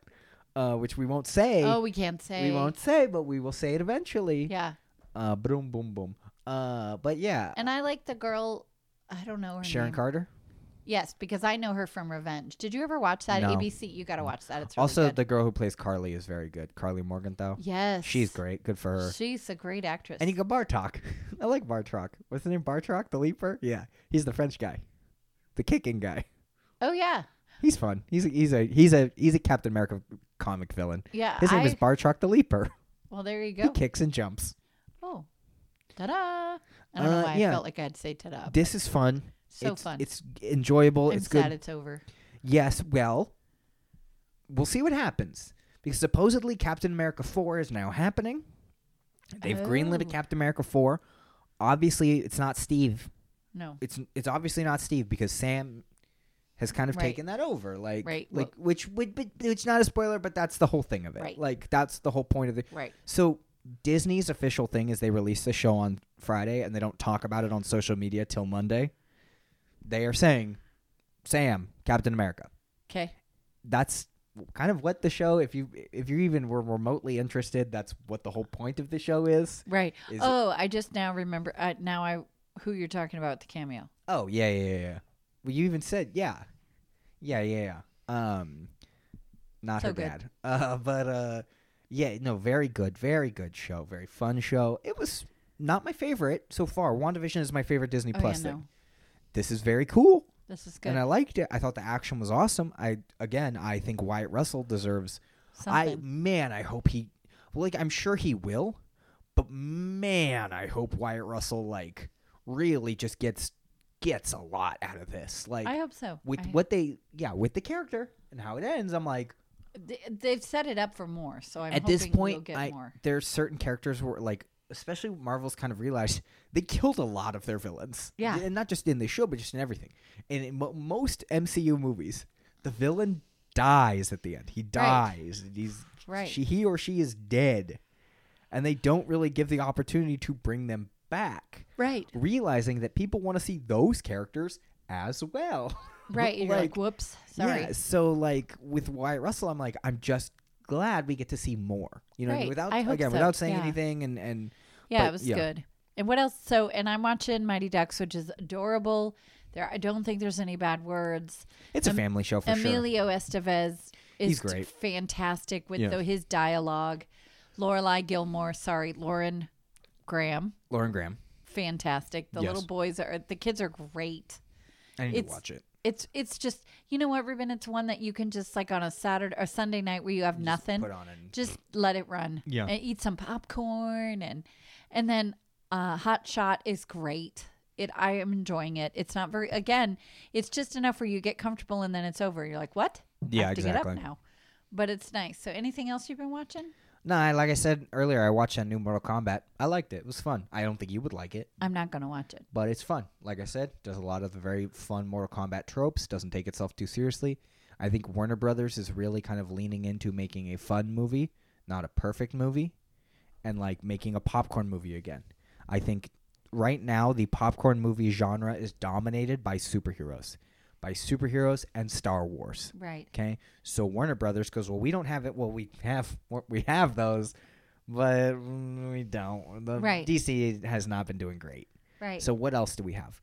[SPEAKER 1] uh, which we won't say.
[SPEAKER 2] oh, we can't say.
[SPEAKER 1] We won't say, but we will say it eventually.
[SPEAKER 2] Yeah,
[SPEAKER 1] Uh, boom, boom, boom. Uh, but yeah,
[SPEAKER 2] and I like the girl. I don't know her
[SPEAKER 1] Sharon
[SPEAKER 2] name.
[SPEAKER 1] Carter.
[SPEAKER 2] Yes, because I know her from Revenge. Did you ever watch that?
[SPEAKER 1] No.
[SPEAKER 2] ABC. You got to watch that. It's really
[SPEAKER 1] also,
[SPEAKER 2] good.
[SPEAKER 1] the girl who plays Carly is very good. Carly Morgenthau.
[SPEAKER 2] yes,
[SPEAKER 1] She's great. Good for her.
[SPEAKER 2] She's a great actress.
[SPEAKER 1] And you got Bartok. I like Bartok. What's his name? Bartok, the leaper. Yeah, he's the French guy, the kicking guy.
[SPEAKER 2] oh yeah,
[SPEAKER 1] He's fun. He's a, he's a he's a he's a Captain America comic villain.
[SPEAKER 2] yeah.
[SPEAKER 1] His name
[SPEAKER 2] I-
[SPEAKER 1] is Bartrock the Leaper.
[SPEAKER 2] well, there you
[SPEAKER 1] He
[SPEAKER 2] go.
[SPEAKER 1] kicks and jumps.
[SPEAKER 2] Oh, ta da! I don't
[SPEAKER 1] Uh,
[SPEAKER 2] know why
[SPEAKER 1] yeah.
[SPEAKER 2] I felt like I'd say ta da.
[SPEAKER 1] This is fun.
[SPEAKER 2] So
[SPEAKER 1] it's,
[SPEAKER 2] fun.
[SPEAKER 1] It's enjoyable.
[SPEAKER 2] I'm
[SPEAKER 1] it's
[SPEAKER 2] sad
[SPEAKER 1] good.
[SPEAKER 2] it's over.
[SPEAKER 1] yes. Well, we'll see what happens because supposedly Captain America Four is now happening. They've greenlit a
[SPEAKER 2] Oh.
[SPEAKER 1] Captain America Four. Obviously, it's not Steve.
[SPEAKER 2] No.
[SPEAKER 1] It's it's obviously not Steve because Sam has kind of
[SPEAKER 2] Right.
[SPEAKER 1] taken that over. Like
[SPEAKER 2] Right,
[SPEAKER 1] like which would but it's not a spoiler, but that's the whole thing of it.
[SPEAKER 2] Right.
[SPEAKER 1] Like that's the whole point of the
[SPEAKER 2] Right.
[SPEAKER 1] So Disney's official thing is they release the show on Friday and they don't talk about it on social media till Monday. They are saying Sam, Captain America.
[SPEAKER 2] Okay.
[SPEAKER 1] That's kind of what the show if you if you even were remotely interested, that's what the whole point of the show is.
[SPEAKER 2] Right.
[SPEAKER 1] Is it-
[SPEAKER 2] oh, I just now remember. Uh, now I who you're talking about with the cameo.
[SPEAKER 1] Oh, yeah, yeah, yeah, yeah. Well, you even said, yeah. Yeah, yeah, yeah. Um not
[SPEAKER 2] So
[SPEAKER 1] her
[SPEAKER 2] good.
[SPEAKER 1] dad. Uh but uh yeah, no, very good, very good show, very fun show. It was not my favorite so far. WandaVision is my favorite Disney
[SPEAKER 2] Oh
[SPEAKER 1] Plus
[SPEAKER 2] yeah,
[SPEAKER 1] thing.
[SPEAKER 2] no.
[SPEAKER 1] this is very cool
[SPEAKER 2] This is good.
[SPEAKER 1] and i liked it i thought the action was awesome i again i think wyatt russell deserves I
[SPEAKER 2] Something.
[SPEAKER 1] man, I hope he like I'm sure he will, but man, I hope Wyatt Russell like really just gets gets a lot out of this. Like
[SPEAKER 2] I hope so.
[SPEAKER 1] with
[SPEAKER 2] I-
[SPEAKER 1] what they yeah, with the character and how it ends, I'm like
[SPEAKER 2] they, they've set it up for more, so I'm
[SPEAKER 1] at this
[SPEAKER 2] hoping we'll
[SPEAKER 1] point
[SPEAKER 2] get
[SPEAKER 1] I,
[SPEAKER 2] more.
[SPEAKER 1] there's certain characters where like especially Marvel's kind of realized they killed a lot of their villains.
[SPEAKER 2] Yeah.
[SPEAKER 1] And not just in this show, but just in everything. And in mo- most MCU movies, the villain dies at the end. He
[SPEAKER 2] Right.
[SPEAKER 1] dies. He's
[SPEAKER 2] Right.
[SPEAKER 1] she he or she is dead. And they don't really give the opportunity to bring them back,
[SPEAKER 2] Right,
[SPEAKER 1] realizing that people want to see those characters as well.
[SPEAKER 2] right. You're like, whoops, sorry.
[SPEAKER 1] Yeah, so like with Wyatt Russell, I'm like, I'm just glad we get to see more. You know,
[SPEAKER 2] Right.
[SPEAKER 1] without
[SPEAKER 2] I hope
[SPEAKER 1] again,
[SPEAKER 2] so,
[SPEAKER 1] without saying
[SPEAKER 2] yeah.
[SPEAKER 1] anything, and and
[SPEAKER 2] Yeah,
[SPEAKER 1] But,
[SPEAKER 2] it was
[SPEAKER 1] yeah.
[SPEAKER 2] good. And what else? So, and I'm watching Mighty Ducks, which is adorable. There, I don't think there's any bad words.
[SPEAKER 1] it's a
[SPEAKER 2] Em-
[SPEAKER 1] family show for sure.
[SPEAKER 2] Emilio Estevez is
[SPEAKER 1] He's great.
[SPEAKER 2] fantastic with
[SPEAKER 1] Yeah.
[SPEAKER 2] the, his dialogue. Lorelai Gilmore, sorry, Lauren Graham,
[SPEAKER 1] Lauren Graham,
[SPEAKER 2] fantastic. The
[SPEAKER 1] Yes.
[SPEAKER 2] little boys are the kids are great.
[SPEAKER 1] I need to
[SPEAKER 2] It's-
[SPEAKER 1] watch it.
[SPEAKER 2] It's it's just you know what, Ruben. It's one that you can just like on a Saturday or Sunday night where you have nothing.
[SPEAKER 1] Put on and
[SPEAKER 2] just let it run.
[SPEAKER 1] Yeah.
[SPEAKER 2] And eat some popcorn and and then uh Hot Shot is great. It I am enjoying it. It's not very again, it's just enough where you get comfortable and then it's over. You're like, "What?"
[SPEAKER 1] Yeah,
[SPEAKER 2] I have to
[SPEAKER 1] exactly.
[SPEAKER 2] get up now. But it's nice. So anything else you've been watching?
[SPEAKER 1] no, I, like I said earlier, I watched that new Mortal Kombat. I liked it. It was fun. I don't think you would like it,
[SPEAKER 2] I'm not going to watch it.
[SPEAKER 1] but it's fun. Like I said, does a lot of the very fun Mortal Kombat tropes. Doesn't take itself too seriously. I think Warner Brothers is really kind of leaning into making a fun movie, not a perfect movie, and like making a popcorn movie again. I think right now the popcorn movie genre is dominated by superheroes, by superheroes and Star Wars.
[SPEAKER 2] Right.
[SPEAKER 1] Okay, so Warner Brothers goes, well, we don't have it. Well, we have we have those, but mm, we don't. The
[SPEAKER 2] Right.
[SPEAKER 1] DC has not been doing great.
[SPEAKER 2] Right.
[SPEAKER 1] So what else do we have?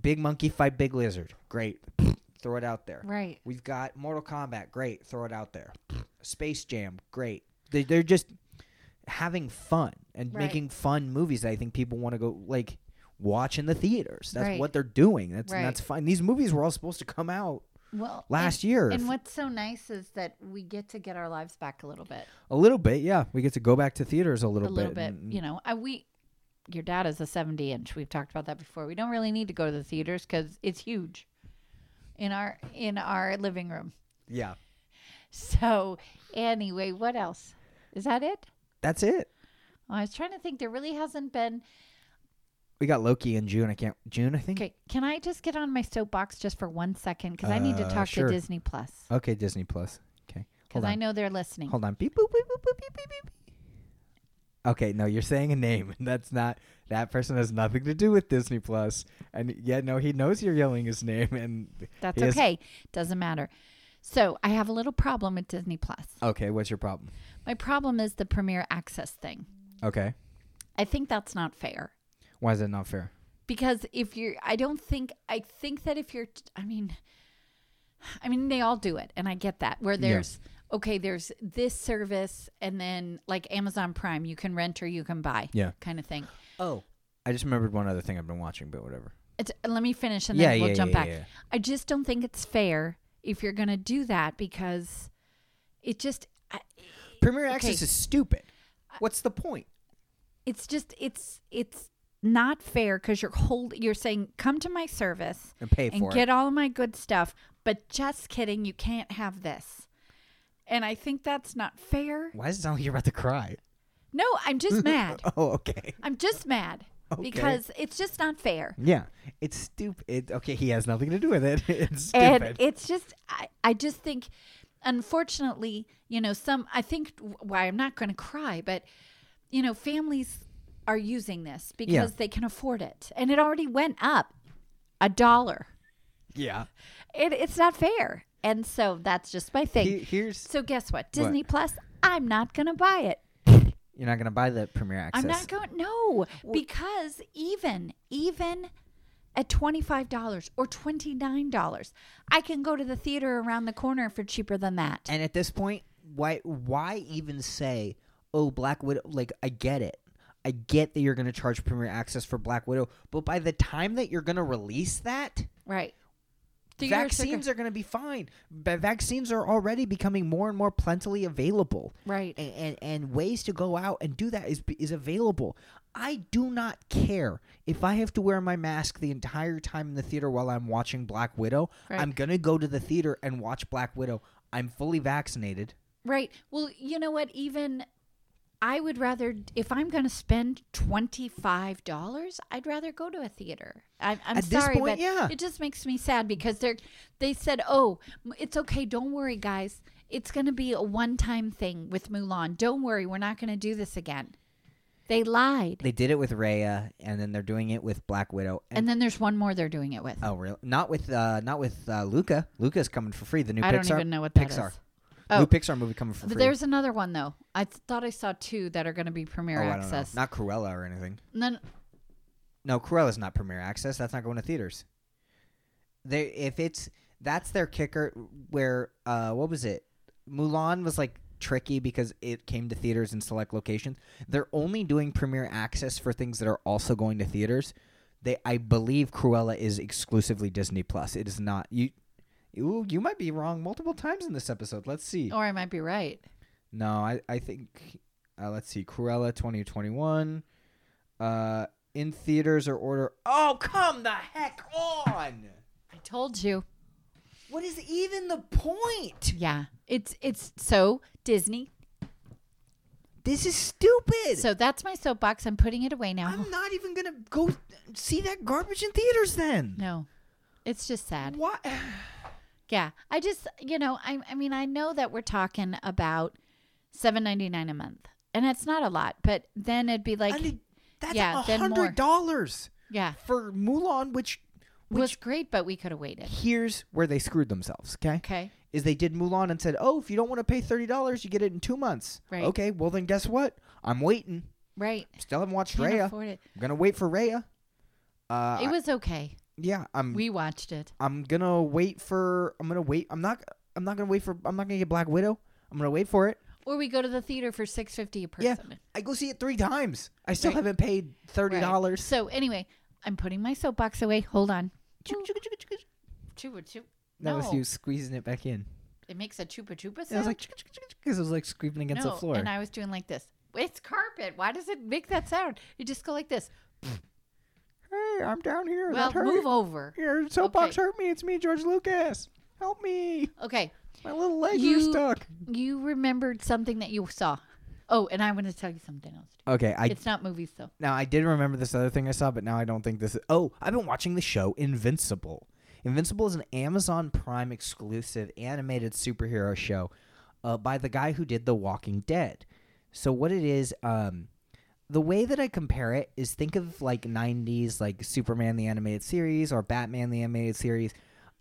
[SPEAKER 1] Big monkey fight big lizard. Great. Throw it out there.
[SPEAKER 2] right.
[SPEAKER 1] We've got Mortal Kombat. Great. Throw it out there. Space Jam. Great. They- They're just having fun and
[SPEAKER 2] Right.
[SPEAKER 1] making fun movies. that I think people want to go like watch in the theaters. That's
[SPEAKER 2] Right.
[SPEAKER 1] what they're doing. That's
[SPEAKER 2] Right.
[SPEAKER 1] and that's fine. These movies were all supposed to come out
[SPEAKER 2] Well,
[SPEAKER 1] last
[SPEAKER 2] and,
[SPEAKER 1] year.
[SPEAKER 2] and what's so nice is that we get to get our lives back a little bit.
[SPEAKER 1] a little bit, yeah. We get to go back to theaters a little
[SPEAKER 2] a little
[SPEAKER 1] bit.
[SPEAKER 2] bit.
[SPEAKER 1] and-
[SPEAKER 2] You know, I, we, your dad is a 70 inch. We've talked about that before. We don't really need to go to the theaters because it's huge in our in our living room.
[SPEAKER 1] yeah.
[SPEAKER 2] So anyway, what else? Is that it?
[SPEAKER 1] That's it.
[SPEAKER 2] I was trying to think. There really hasn't been.
[SPEAKER 1] We got Loki in June, I can't June, I think.
[SPEAKER 2] Okay, can I just get on my soapbox just for one second? Because I need to
[SPEAKER 1] Uh,
[SPEAKER 2] talk
[SPEAKER 1] sure.
[SPEAKER 2] to Disney Plus
[SPEAKER 1] Okay, Disney Plus. Okay.
[SPEAKER 2] because
[SPEAKER 1] Hold on.
[SPEAKER 2] I know they're listening.
[SPEAKER 1] Hold on. Beep, boop, beep, boop, boop, beep, beep, beep, beep. Okay, no, you're saying a name. That's not that person has nothing to do with Disney Plus. And yet no, he knows you're yelling his name and
[SPEAKER 2] That's
[SPEAKER 1] Yes.
[SPEAKER 2] okay. Doesn't matter. So I have a little problem with Disney Plus.
[SPEAKER 1] Okay, what's your problem?
[SPEAKER 2] My problem is the Premier Access thing.
[SPEAKER 1] Okay.
[SPEAKER 2] I think that's not fair.
[SPEAKER 1] Why is that not fair?
[SPEAKER 2] because if you're i don't think i think that if you're i mean i mean they all do it and i get that where there's okay there's this service and then like amazon prime you can rent or you can buy
[SPEAKER 1] Yeah.
[SPEAKER 2] kind of thing
[SPEAKER 1] Oh. I just remembered one other thing I've been watching, but whatever.
[SPEAKER 2] it's, let me finish and
[SPEAKER 1] Yeah,
[SPEAKER 2] then we'll
[SPEAKER 1] yeah,
[SPEAKER 2] jump
[SPEAKER 1] yeah,
[SPEAKER 2] back
[SPEAKER 1] yeah.
[SPEAKER 2] i just don't think it's fair if you're going to do that because it just I-
[SPEAKER 1] Premier
[SPEAKER 2] Access
[SPEAKER 1] Access is stupid.
[SPEAKER 2] Uh,
[SPEAKER 1] What's the point?
[SPEAKER 2] it's just it's it's not fair because you're hold you're saying come to my service
[SPEAKER 1] And pay
[SPEAKER 2] and
[SPEAKER 1] for
[SPEAKER 2] get
[SPEAKER 1] it.
[SPEAKER 2] all of my good stuff. But just kidding, you can't have this. And I think that's not fair.
[SPEAKER 1] Why does it sound like you're about to cry?
[SPEAKER 2] No, I'm just mad.
[SPEAKER 1] Oh, okay.
[SPEAKER 2] I'm just mad
[SPEAKER 1] Okay.
[SPEAKER 2] because it's just not fair.
[SPEAKER 1] Yeah. It's stupid. It, okay, he has nothing to do with it. It's stupid.
[SPEAKER 2] And it's just, I, I just think, unfortunately, you know, some, I think w- why I'm not going to cry, but, you know, families are using this because
[SPEAKER 1] Yeah.
[SPEAKER 2] they can afford it. And it already went up a dollar.
[SPEAKER 1] yeah.
[SPEAKER 2] It, it's not fair. And so that's just my thing.
[SPEAKER 1] He- here's
[SPEAKER 2] So guess what? Disney Plus, I'm not going to buy it.
[SPEAKER 1] You're not gonna buy the Premier Access.
[SPEAKER 2] I'm not going no, because even even at $25 or $29, I can go to the theater around the corner for cheaper than that.
[SPEAKER 1] And at this point, why why even say, "Oh, Black Widow"? Like, I get it. I get that you're going to charge Premier Access for Black Widow, but by the time that you're going to release that,
[SPEAKER 2] Right. Three years ago.
[SPEAKER 1] vaccines are going to be fine. Ba- vaccines are already becoming more and more plentifully available.
[SPEAKER 2] Right.
[SPEAKER 1] And, and and ways to go out and do that is is available. I do not care if I have to wear my mask the entire time in the theater while I'm watching Black Widow.
[SPEAKER 2] Right.
[SPEAKER 1] I'm going to go to the theater and watch Black Widow. I'm fully vaccinated.
[SPEAKER 2] Right. Well, you know what? Even I would rather, if I'm going to spend $25, I'd rather go to a theater. I'm, I'm
[SPEAKER 1] At this
[SPEAKER 2] sorry,
[SPEAKER 1] point,
[SPEAKER 2] but
[SPEAKER 1] yeah.
[SPEAKER 2] it just makes me sad because they're, they said, oh, m- it's okay. Don't worry, guys. It's going to be a one time thing with Mulan. Don't worry. We're not going to do this again. They lied.
[SPEAKER 1] They did it with Raya and then they're doing it with Black Widow. And,
[SPEAKER 2] and then there's one more they're doing it with.
[SPEAKER 1] oh, really? Not with uh not with uh, Luca. Luca's coming for free. The new
[SPEAKER 2] I don't
[SPEAKER 1] Pixar.
[SPEAKER 2] even know what that is.
[SPEAKER 1] Pixar.
[SPEAKER 2] Oh.
[SPEAKER 1] New Pixar movie coming for
[SPEAKER 2] But
[SPEAKER 1] free.
[SPEAKER 2] there's another one, though. I th- thought I saw two that are going to be
[SPEAKER 1] Oh,
[SPEAKER 2] premiere
[SPEAKER 1] I don't know.
[SPEAKER 2] access.
[SPEAKER 1] Not Cruella or anything.
[SPEAKER 2] and then,
[SPEAKER 1] No, Cruella's not premiere access. That's not going to theaters. They if it's that's their kicker. Where uh, what was it? Mulan was like tricky because it came to theaters in select locations. They're only doing premiere access for things that are also going to theaters. They, I believe, Cruella is exclusively Disney Plus. It is not you. You, you might be wrong multiple times in this episode. Let's see.
[SPEAKER 2] or I might be right.
[SPEAKER 1] No, I, I think uh, let's see, Cruella twenty twenty one, uh, in theaters or order. Oh, come the heck on!
[SPEAKER 2] I told you.
[SPEAKER 1] What is even the point?
[SPEAKER 2] Yeah. It's it's so Disney.
[SPEAKER 1] This is stupid.
[SPEAKER 2] So that's my soapbox. I'm putting it away now.
[SPEAKER 1] I'm not even gonna go see that garbage in theaters then.
[SPEAKER 2] No. It's just sad.
[SPEAKER 1] What?
[SPEAKER 2] Yeah. I just you know, I I mean I know that we're talking about seven ninety nine a month. And it's not a lot, but then it'd be like
[SPEAKER 1] I mean, that's
[SPEAKER 2] yeah,
[SPEAKER 1] a
[SPEAKER 2] then more.
[SPEAKER 1] hundred dollars
[SPEAKER 2] Yeah.
[SPEAKER 1] for Mulan, which
[SPEAKER 2] was great, but we could have waited.
[SPEAKER 1] here's where they screwed themselves. Okay.
[SPEAKER 2] Okay.
[SPEAKER 1] is they did Mulan and said, "Oh, if you don't want to pay thirty dollars, you get it in two months."
[SPEAKER 2] Right.
[SPEAKER 1] Okay. Well, then guess what? I'm waiting.
[SPEAKER 2] Right.
[SPEAKER 1] Still haven't watched
[SPEAKER 2] Can't
[SPEAKER 1] Raya.
[SPEAKER 2] afford it.
[SPEAKER 1] I'm gonna wait for Raya. Uh,
[SPEAKER 2] It was okay.
[SPEAKER 1] yeah, I'm.
[SPEAKER 2] We watched it.
[SPEAKER 1] I'm gonna wait for. I'm gonna wait. I'm not. I'm not gonna wait for. I'm not gonna get Black Widow. I'm gonna wait for it.
[SPEAKER 2] Or we go to the theater for six fifty a person.
[SPEAKER 1] Yeah, I go see it three times. I still
[SPEAKER 2] Right.
[SPEAKER 1] haven't paid thirty
[SPEAKER 2] Right.
[SPEAKER 1] dollars.
[SPEAKER 2] So anyway, I'm putting my soapbox away. Hold on. Chupa chup.
[SPEAKER 1] That
[SPEAKER 2] no.
[SPEAKER 1] was you squeezing it back in.
[SPEAKER 2] It makes a chupa chupa sound.
[SPEAKER 1] And I was like, because it was like scraping against
[SPEAKER 2] no,
[SPEAKER 1] the floor.
[SPEAKER 2] and I was doing like this. It's carpet. Why does it make that sound? You just go like this.
[SPEAKER 1] hey, I'm down here.
[SPEAKER 2] Well,
[SPEAKER 1] that hurt.
[SPEAKER 2] move over.
[SPEAKER 1] Your soapbox
[SPEAKER 2] Okay.
[SPEAKER 1] hurt me. It's me, George Lucas. Help me.
[SPEAKER 2] Okay,
[SPEAKER 1] My little legs
[SPEAKER 2] You-
[SPEAKER 1] are stuck.
[SPEAKER 2] you remembered something that you saw. Oh, and I want to tell you something else. too.
[SPEAKER 1] Okay, I
[SPEAKER 2] It's not movies though.
[SPEAKER 1] Now I did remember this other thing I saw, but now I don't think this is. Oh, I've been watching the show Invincible. Invincible is an Amazon Prime exclusive animated superhero show uh, by the guy who did The Walking Dead. So what it is, um, the way that I compare it is think of like '90s like Superman the animated series or Batman the animated series,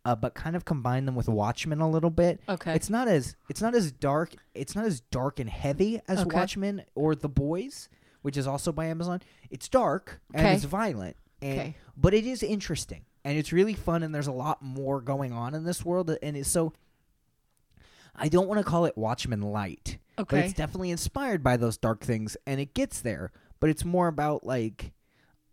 [SPEAKER 1] uh, but kind of combine them with Watchmen a little bit.
[SPEAKER 2] Okay.
[SPEAKER 1] It's not as it's not as dark. It's not as dark and heavy as
[SPEAKER 2] Okay.
[SPEAKER 1] Watchmen or The Boys, which is also by Amazon. It's dark and
[SPEAKER 2] Okay.
[SPEAKER 1] it's violent, and,
[SPEAKER 2] Okay.
[SPEAKER 1] but it is interesting and it's really fun. And there's a lot more going on in this world, and it's so. I don't want to call it Watchmen light, but
[SPEAKER 2] Okay.
[SPEAKER 1] it's definitely inspired by those dark things, and it gets there. But it's more about like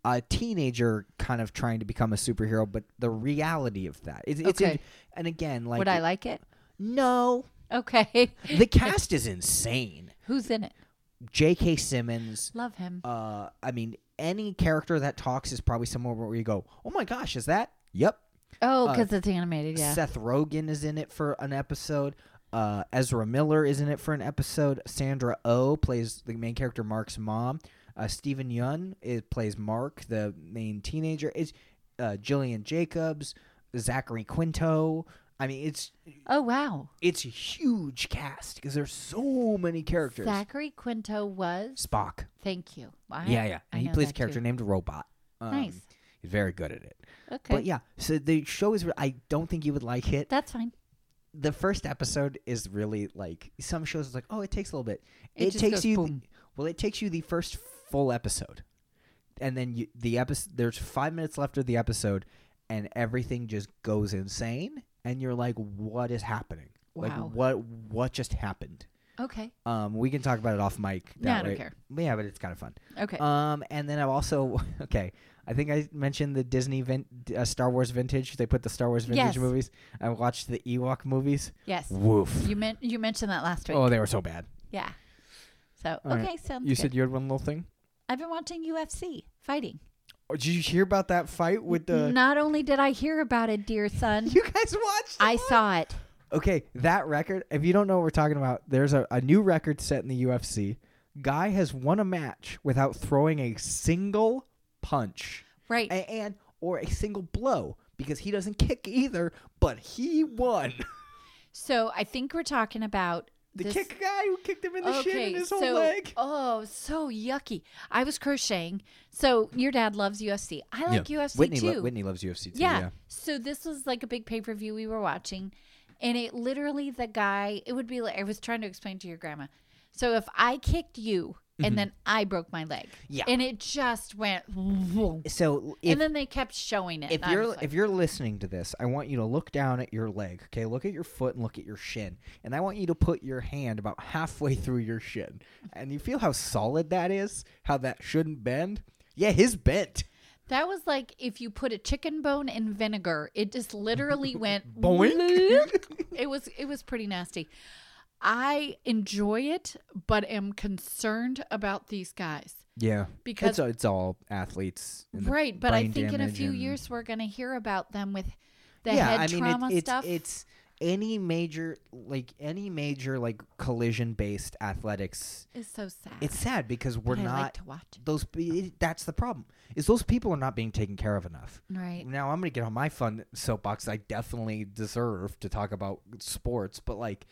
[SPEAKER 1] a teenager kind of trying to become a superhero, but the reality of that. It's, it's
[SPEAKER 2] Okay.
[SPEAKER 1] in- and again, like
[SPEAKER 2] Would I like it?
[SPEAKER 1] no,
[SPEAKER 2] Okay.
[SPEAKER 1] the cast is insane.
[SPEAKER 2] Who's in it?
[SPEAKER 1] J.K. Simmons.
[SPEAKER 2] Love him.
[SPEAKER 1] Uh, I mean, any character that talks is probably somewhere where you go, "Oh my gosh, is that?" Yep.
[SPEAKER 2] Oh,
[SPEAKER 1] uh,
[SPEAKER 2] because it's animated. Yeah.
[SPEAKER 1] Seth Rogen is in it for an episode. Uh, Ezra Miller is in it for an episode. Sandra O oh plays the main character Mark's mom. Uh, Stephen Yun is, plays Mark, the main teenager. It's uh, Jillian Jacobs, Zachary Quinto. I mean, it's
[SPEAKER 2] oh wow.
[SPEAKER 1] it's a huge cast because there's so many characters.
[SPEAKER 2] Zachary Quinto was.
[SPEAKER 1] Spock.
[SPEAKER 2] Thank you. I-
[SPEAKER 1] yeah, yeah.
[SPEAKER 2] I
[SPEAKER 1] And he
[SPEAKER 2] know
[SPEAKER 1] plays a
[SPEAKER 2] that,
[SPEAKER 1] character
[SPEAKER 2] too.
[SPEAKER 1] named Robot. Um,
[SPEAKER 2] Nice.
[SPEAKER 1] He's very good at it.
[SPEAKER 2] Okay.
[SPEAKER 1] But yeah, so the show is. re- I don't think you would like it.
[SPEAKER 2] That's fine.
[SPEAKER 1] The first episode is really like some shows. It's like, oh, it takes a little bit.
[SPEAKER 2] It
[SPEAKER 1] It,
[SPEAKER 2] just
[SPEAKER 1] takes
[SPEAKER 2] goes
[SPEAKER 1] you. the-
[SPEAKER 2] boom.
[SPEAKER 1] well, it takes you the first full episode, and then you, the episode. There's five minutes left of the episode, and everything just goes insane, and you're like, what is happening? Like
[SPEAKER 2] Wow.
[SPEAKER 1] what what just happened?
[SPEAKER 2] Okay.
[SPEAKER 1] Um, we can talk about it off mic.
[SPEAKER 2] No, I
[SPEAKER 1] that
[SPEAKER 2] don't
[SPEAKER 1] way.
[SPEAKER 2] care.
[SPEAKER 1] Yeah, but it's kind of fun.
[SPEAKER 2] Okay.
[SPEAKER 1] Um, and then I've also okay. I think I mentioned the Disney vin- uh, Star Wars vintage. They put the Star Wars vintage
[SPEAKER 2] Yes.
[SPEAKER 1] movies. I watched the Ewok movies.
[SPEAKER 2] Yes.
[SPEAKER 1] Woof.
[SPEAKER 2] You meant you mentioned that last week.
[SPEAKER 1] Oh, they were so bad.
[SPEAKER 2] Yeah. So
[SPEAKER 1] All right.
[SPEAKER 2] okay, sounds
[SPEAKER 1] You
[SPEAKER 2] good.
[SPEAKER 1] said you had one little thing.
[SPEAKER 2] I've been watching UFC fighting.
[SPEAKER 1] Oh, did you hear about that fight with the?
[SPEAKER 2] Not only did I hear about it, dear son,
[SPEAKER 1] You guys watched?
[SPEAKER 2] I
[SPEAKER 1] it?
[SPEAKER 2] saw it.
[SPEAKER 1] Okay, that record. If you don't know what we're talking about, there's a, a new record set in the UFC. Guy has won a match without throwing a single punch.
[SPEAKER 2] Right.
[SPEAKER 1] a- and or a single blow because he doesn't kick either, but he won.
[SPEAKER 2] so I think we're talking about
[SPEAKER 1] The
[SPEAKER 2] this-
[SPEAKER 1] kick guy who kicked him in the shin and his
[SPEAKER 2] so,
[SPEAKER 1] whole leg.
[SPEAKER 2] Oh, so yucky. I was crocheting. So your dad loves UFC. I like UFC
[SPEAKER 1] Whitney,
[SPEAKER 2] too.
[SPEAKER 1] lo- Whitney loves UFC too.
[SPEAKER 2] yeah.
[SPEAKER 1] Yeah.
[SPEAKER 2] So this was like a big pay per view we were watching, and it literally the guy. It would be like I was trying to explain to your grandma. So if I kicked you and then I broke my leg,
[SPEAKER 1] Mm-hmm. Yeah.
[SPEAKER 2] and it just went, and
[SPEAKER 1] So if
[SPEAKER 2] then they kept showing it.
[SPEAKER 1] if
[SPEAKER 2] and I
[SPEAKER 1] you're
[SPEAKER 2] was like,
[SPEAKER 1] if you're listening to this, I want you to look down at your leg. Okay, look at your foot and look at your shin, and I want you to put your hand about halfway through your shin, and you feel how solid that is, how that shouldn't bend. Yeah, his bent.
[SPEAKER 2] that was like if you put a chicken bone in vinegar, it just literally went
[SPEAKER 1] Boink.
[SPEAKER 2] it was it was pretty nasty. I enjoy it, but am concerned about these guys.
[SPEAKER 1] yeah,
[SPEAKER 2] Because-
[SPEAKER 1] it's, uh, it's all athletes, and the
[SPEAKER 2] Right, but I
[SPEAKER 1] brain
[SPEAKER 2] think in a
[SPEAKER 1] damage
[SPEAKER 2] few
[SPEAKER 1] and-
[SPEAKER 2] years we're going to hear about them with the
[SPEAKER 1] yeah,
[SPEAKER 2] head
[SPEAKER 1] I mean, it-
[SPEAKER 2] trauma
[SPEAKER 1] it's,
[SPEAKER 2] stuff.
[SPEAKER 1] It's any major like any major like collision based athletics.
[SPEAKER 2] it's so sad.
[SPEAKER 1] It's sad because we're
[SPEAKER 2] but I like
[SPEAKER 1] not
[SPEAKER 2] to watch. it.
[SPEAKER 1] those. pe- It, that's the problem is those people are not being taken care of enough.
[SPEAKER 2] Right.
[SPEAKER 1] Now I'm gonna get on my fun soapbox. I definitely deserve to talk about sports, but like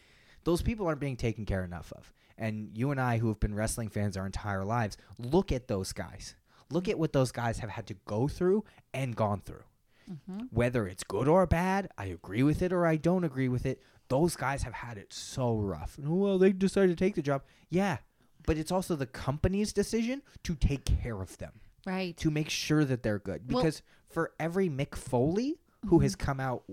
[SPEAKER 1] those people aren't being taken care enough of. And you and I, who have been wrestling fans our entire lives, look at those guys. Look at what those guys have had to go through and gone through
[SPEAKER 2] Mhm.
[SPEAKER 1] whether it's good or bad, I agree with it or I don't agree with it. Those guys have had it so rough. Well, they decided to take the job. Yeah, but it's also the company's decision to take care of them,
[SPEAKER 2] Right.
[SPEAKER 1] to make sure that they're good.
[SPEAKER 2] Well- Mm-hmm.
[SPEAKER 1] Because for every Mick Foley who has come out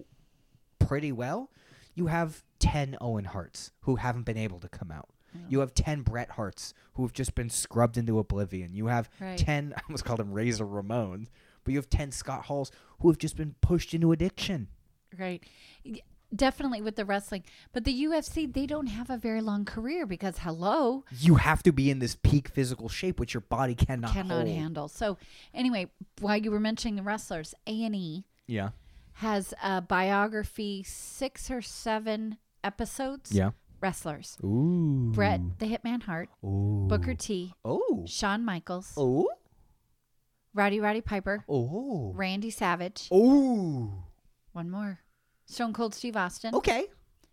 [SPEAKER 1] pretty well, you have 10 Owen Harts who haven't been able to come out. You have 10 Bret Harts who have just been scrubbed into oblivion. You have
[SPEAKER 2] Right.
[SPEAKER 1] 10, I almost called them Razor Ramones, but you have 10 Scott Halls who have just been pushed into addiction.
[SPEAKER 2] Right. Y- Definitely with the wrestling, but the UFC they don't have a very long career because hello,
[SPEAKER 1] You have to be in this peak physical shape, which your body cannot,
[SPEAKER 2] cannot
[SPEAKER 1] hold.
[SPEAKER 2] handle. So anyway, while you were mentioning the wrestlers, A and E
[SPEAKER 1] Yeah.
[SPEAKER 2] has a biography, six or seven episodes.
[SPEAKER 1] Yeah.
[SPEAKER 2] Wrestlers.
[SPEAKER 1] Ooh.
[SPEAKER 2] Brett the Hitman Hart,
[SPEAKER 1] Ooh.
[SPEAKER 2] Booker T,
[SPEAKER 1] Oh.
[SPEAKER 2] Shawn Michaels,
[SPEAKER 1] Oh.
[SPEAKER 2] Roddy Roddy Piper,
[SPEAKER 1] Oh.
[SPEAKER 2] Randy Savage.
[SPEAKER 1] Oh.
[SPEAKER 2] One more. Stone Cold Steve Austin.
[SPEAKER 1] Okay.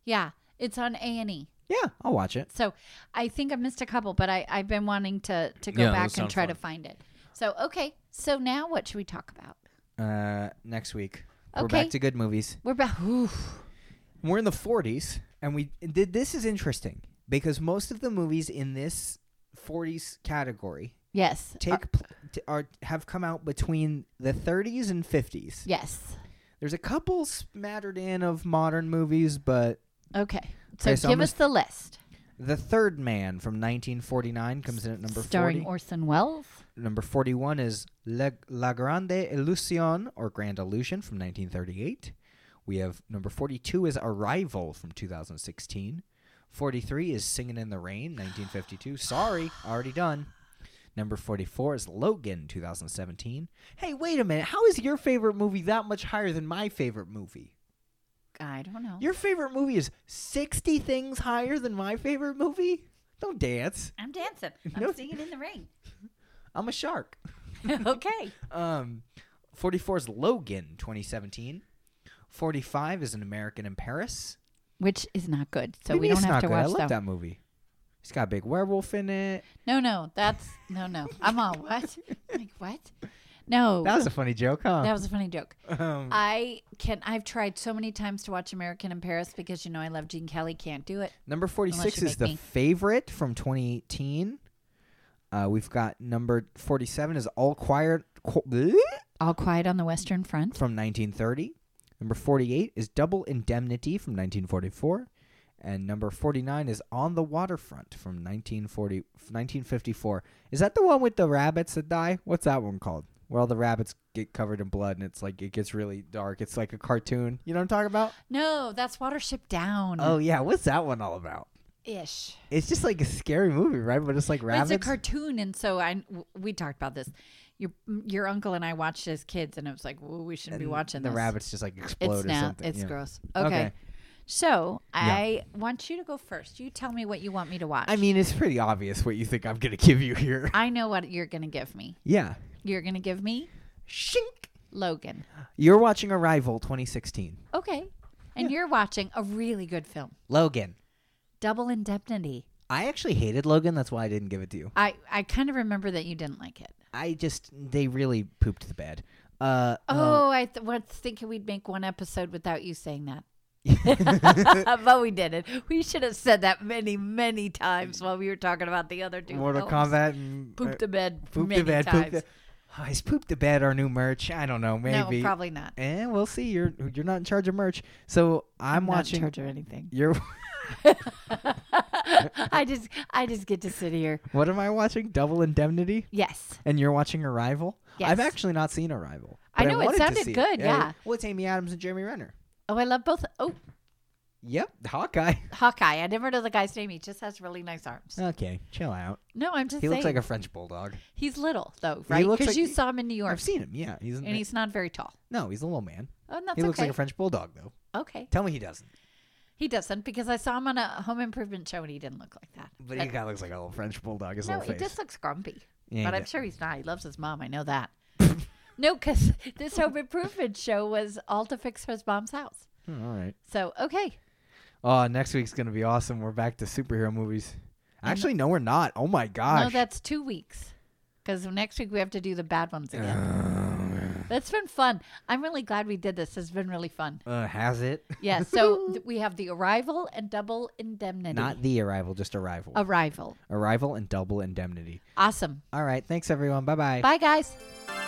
[SPEAKER 2] Yeah. It's on A and E.
[SPEAKER 1] Yeah, I'll watch it.
[SPEAKER 2] So I think I missed a couple, but I, I've been wanting to, to go
[SPEAKER 1] Yeah, those
[SPEAKER 2] back and
[SPEAKER 1] sound
[SPEAKER 2] try
[SPEAKER 1] fun.
[SPEAKER 2] to find it. So okay. So now what should we talk about?
[SPEAKER 1] Uh, next week. We're back
[SPEAKER 2] Okay.
[SPEAKER 1] to good movies.
[SPEAKER 2] We're back
[SPEAKER 1] we're in the 40s and we th- this is interesting because most of the movies in this 40s category
[SPEAKER 2] Yes.
[SPEAKER 1] take
[SPEAKER 2] Uh,
[SPEAKER 1] pl- t- are have come out between the 30s and 50s
[SPEAKER 2] yes.
[SPEAKER 1] there's a couple smattered in of modern movies but
[SPEAKER 2] Okay. So
[SPEAKER 1] Okay, so I'm
[SPEAKER 2] give
[SPEAKER 1] gonna
[SPEAKER 2] us the list.
[SPEAKER 1] the third man from 1949 comes in at number
[SPEAKER 2] starring
[SPEAKER 1] 40
[SPEAKER 2] Orson Welles.
[SPEAKER 1] number 41 is La, La Grande Illusion or Grand Illusion from 1938. We have number 42 is Arrival from 2016. 43 is Singing in the Rain 1952. Sorry, already done. Number 44 is Logan 2017. Hey, wait a minute. How is your favorite movie that much higher than my favorite movie?
[SPEAKER 2] I don't know.
[SPEAKER 1] Your favorite movie is 60 things higher than my favorite movie? Don't dance.
[SPEAKER 2] I'm dancing. I'm
[SPEAKER 1] No.
[SPEAKER 2] singing in the rain.
[SPEAKER 1] I'm a shark.
[SPEAKER 2] okay.
[SPEAKER 1] Um, 44 is Logan 2017. 45 is An American in Paris.
[SPEAKER 2] Which is not good. So
[SPEAKER 1] Maybe
[SPEAKER 2] we don't
[SPEAKER 1] it's
[SPEAKER 2] have
[SPEAKER 1] not
[SPEAKER 2] to
[SPEAKER 1] good. I
[SPEAKER 2] watch
[SPEAKER 1] love
[SPEAKER 2] them.
[SPEAKER 1] that movie. It's got a big werewolf in it.
[SPEAKER 2] No, no, that's no, no. I'm all what? Like what? No,
[SPEAKER 1] That was a funny joke,
[SPEAKER 2] Oh, that
[SPEAKER 1] huh?
[SPEAKER 2] was uh, a funny joke.
[SPEAKER 1] Um,
[SPEAKER 2] I can. I've tried so many times to watch American in Paris because you know I love Gene Kelly. Can't do it.
[SPEAKER 1] number
[SPEAKER 2] unless
[SPEAKER 1] 46
[SPEAKER 2] you
[SPEAKER 1] is
[SPEAKER 2] make
[SPEAKER 1] The
[SPEAKER 2] me.
[SPEAKER 1] Favorite from 2018. Uh, we've got number 47 is All Quiet Qu-
[SPEAKER 2] All Quiet on the Western Front.
[SPEAKER 1] from 1930. Number 48 is Double Indemnity from 1944. And number 49 is On the Waterfront from 1940, 1954. Is that the one with the rabbits that die? What's that one called? where all the rabbits get covered in blood and it's like it gets really dark. It's like a cartoon. You know what I'm talking about?
[SPEAKER 2] No, that's Watership Down.
[SPEAKER 1] Oh yeah, what's that one all about?
[SPEAKER 2] ish.
[SPEAKER 1] It's just like a scary movie, right? But it's like
[SPEAKER 2] But
[SPEAKER 1] rabbits.
[SPEAKER 2] It's a cartoon, and so I w- we talked about this. Your your uncle and I watched as kids, and it was like, well, we shouldn't be
[SPEAKER 1] and
[SPEAKER 2] watching
[SPEAKER 1] the
[SPEAKER 2] this.
[SPEAKER 1] rabbits just like explode
[SPEAKER 2] It's
[SPEAKER 1] or
[SPEAKER 2] now
[SPEAKER 1] something.
[SPEAKER 2] it's
[SPEAKER 1] yeah.
[SPEAKER 2] gross. Okay.
[SPEAKER 1] Okay.
[SPEAKER 2] So
[SPEAKER 1] Yeah.
[SPEAKER 2] I want you to go first. You tell me what you want me to watch.
[SPEAKER 1] I mean, it's pretty obvious what you think I'm gonna give you here.
[SPEAKER 2] I know what you're gonna give me.
[SPEAKER 1] yeah.
[SPEAKER 2] You're gonna give me
[SPEAKER 1] Shink.
[SPEAKER 2] Logan.
[SPEAKER 1] You're watching Arrival 2016.
[SPEAKER 2] Okay. And you're watching a really good film,
[SPEAKER 1] Logan.
[SPEAKER 2] Double Indemnity.
[SPEAKER 1] I actually hated Logan. That's why I didn't give it to you.
[SPEAKER 2] I I kind of remember that you didn't like it.
[SPEAKER 1] I just they really pooped the bed. Uh, uh,
[SPEAKER 2] Oh, I th- was thinking we'd make one episode without you saying that. but we did it. We should have said that many, many times while we were talking about the other two.
[SPEAKER 1] Mortal
[SPEAKER 2] films.
[SPEAKER 1] Kombat. And,
[SPEAKER 2] Poop the bed.
[SPEAKER 1] poop
[SPEAKER 2] many
[SPEAKER 1] the bed.
[SPEAKER 2] Times.
[SPEAKER 1] Poop the, oh, is poop the bed our new merch? I don't know. Maybe.
[SPEAKER 2] No, probably not.
[SPEAKER 1] And we'll see. You're you're not in charge of merch. So I'm,
[SPEAKER 2] Not
[SPEAKER 1] watching.
[SPEAKER 2] in charge of anything.
[SPEAKER 1] You're.
[SPEAKER 2] I just, I just get to sit here.
[SPEAKER 1] What am I watching? Double Indemnity.
[SPEAKER 2] Yes.
[SPEAKER 1] And you're watching Arrival. I've
[SPEAKER 2] Yes.
[SPEAKER 1] actually not seen Arrival.
[SPEAKER 2] I
[SPEAKER 1] but
[SPEAKER 2] know, it
[SPEAKER 1] wanted to
[SPEAKER 2] sounded
[SPEAKER 1] see
[SPEAKER 2] good, yeah.
[SPEAKER 1] Well, it's Amy Adams and Jeremy Renner.
[SPEAKER 2] Oh, I love both. Oh,
[SPEAKER 1] Yep, Hawkeye.
[SPEAKER 2] Hawkeye. I never know the guy's name. He just has really nice arms.
[SPEAKER 1] Okay, chill out.
[SPEAKER 2] No, I'm just
[SPEAKER 1] He
[SPEAKER 2] saying.
[SPEAKER 1] looks like a French bulldog.
[SPEAKER 2] he's little though, right?
[SPEAKER 1] looks
[SPEAKER 2] Because
[SPEAKER 1] like-
[SPEAKER 2] you saw him in New York,
[SPEAKER 1] I've seen him. Yeah, he's,
[SPEAKER 2] and he's not very tall.
[SPEAKER 1] no, he's a little man.
[SPEAKER 2] Oh, and that's
[SPEAKER 1] he looks
[SPEAKER 2] okay.
[SPEAKER 1] like a French bulldog though.
[SPEAKER 2] okay,
[SPEAKER 1] Tell me he doesn't.
[SPEAKER 2] he doesn't because I saw him on a Home Improvement show and he didn't look like that.
[SPEAKER 1] But he kind of looks like a little French bulldog. His
[SPEAKER 2] Uh, No,
[SPEAKER 1] little
[SPEAKER 2] he
[SPEAKER 1] face.
[SPEAKER 2] just looks grumpy.
[SPEAKER 1] Yeah,
[SPEAKER 2] but
[SPEAKER 1] he
[SPEAKER 2] I'm
[SPEAKER 1] does.
[SPEAKER 2] sure he's not. He loves his mom. I know that. no, because this home improvement show was all to fix his mom's house.
[SPEAKER 1] Hmm, all right.
[SPEAKER 2] So okay,
[SPEAKER 1] Oh, next week's gonna be awesome. We're back to superhero movies. Actually, no, we're not. Oh my
[SPEAKER 2] no,
[SPEAKER 1] gosh.
[SPEAKER 2] that's two weeks. Because next week we have to do the bad ones again.
[SPEAKER 1] uh,
[SPEAKER 2] That's been fun. I'm really glad we did this. It's been really fun.
[SPEAKER 1] Uh, has it?
[SPEAKER 2] Yeah. So th- we have the arrival and double indemnity.
[SPEAKER 1] Not the arrival, just arrival.
[SPEAKER 2] arrival.
[SPEAKER 1] arrival and double indemnity.
[SPEAKER 2] Awesome.
[SPEAKER 1] All right. Thanks everyone. Bye bye.
[SPEAKER 2] Bye, guys.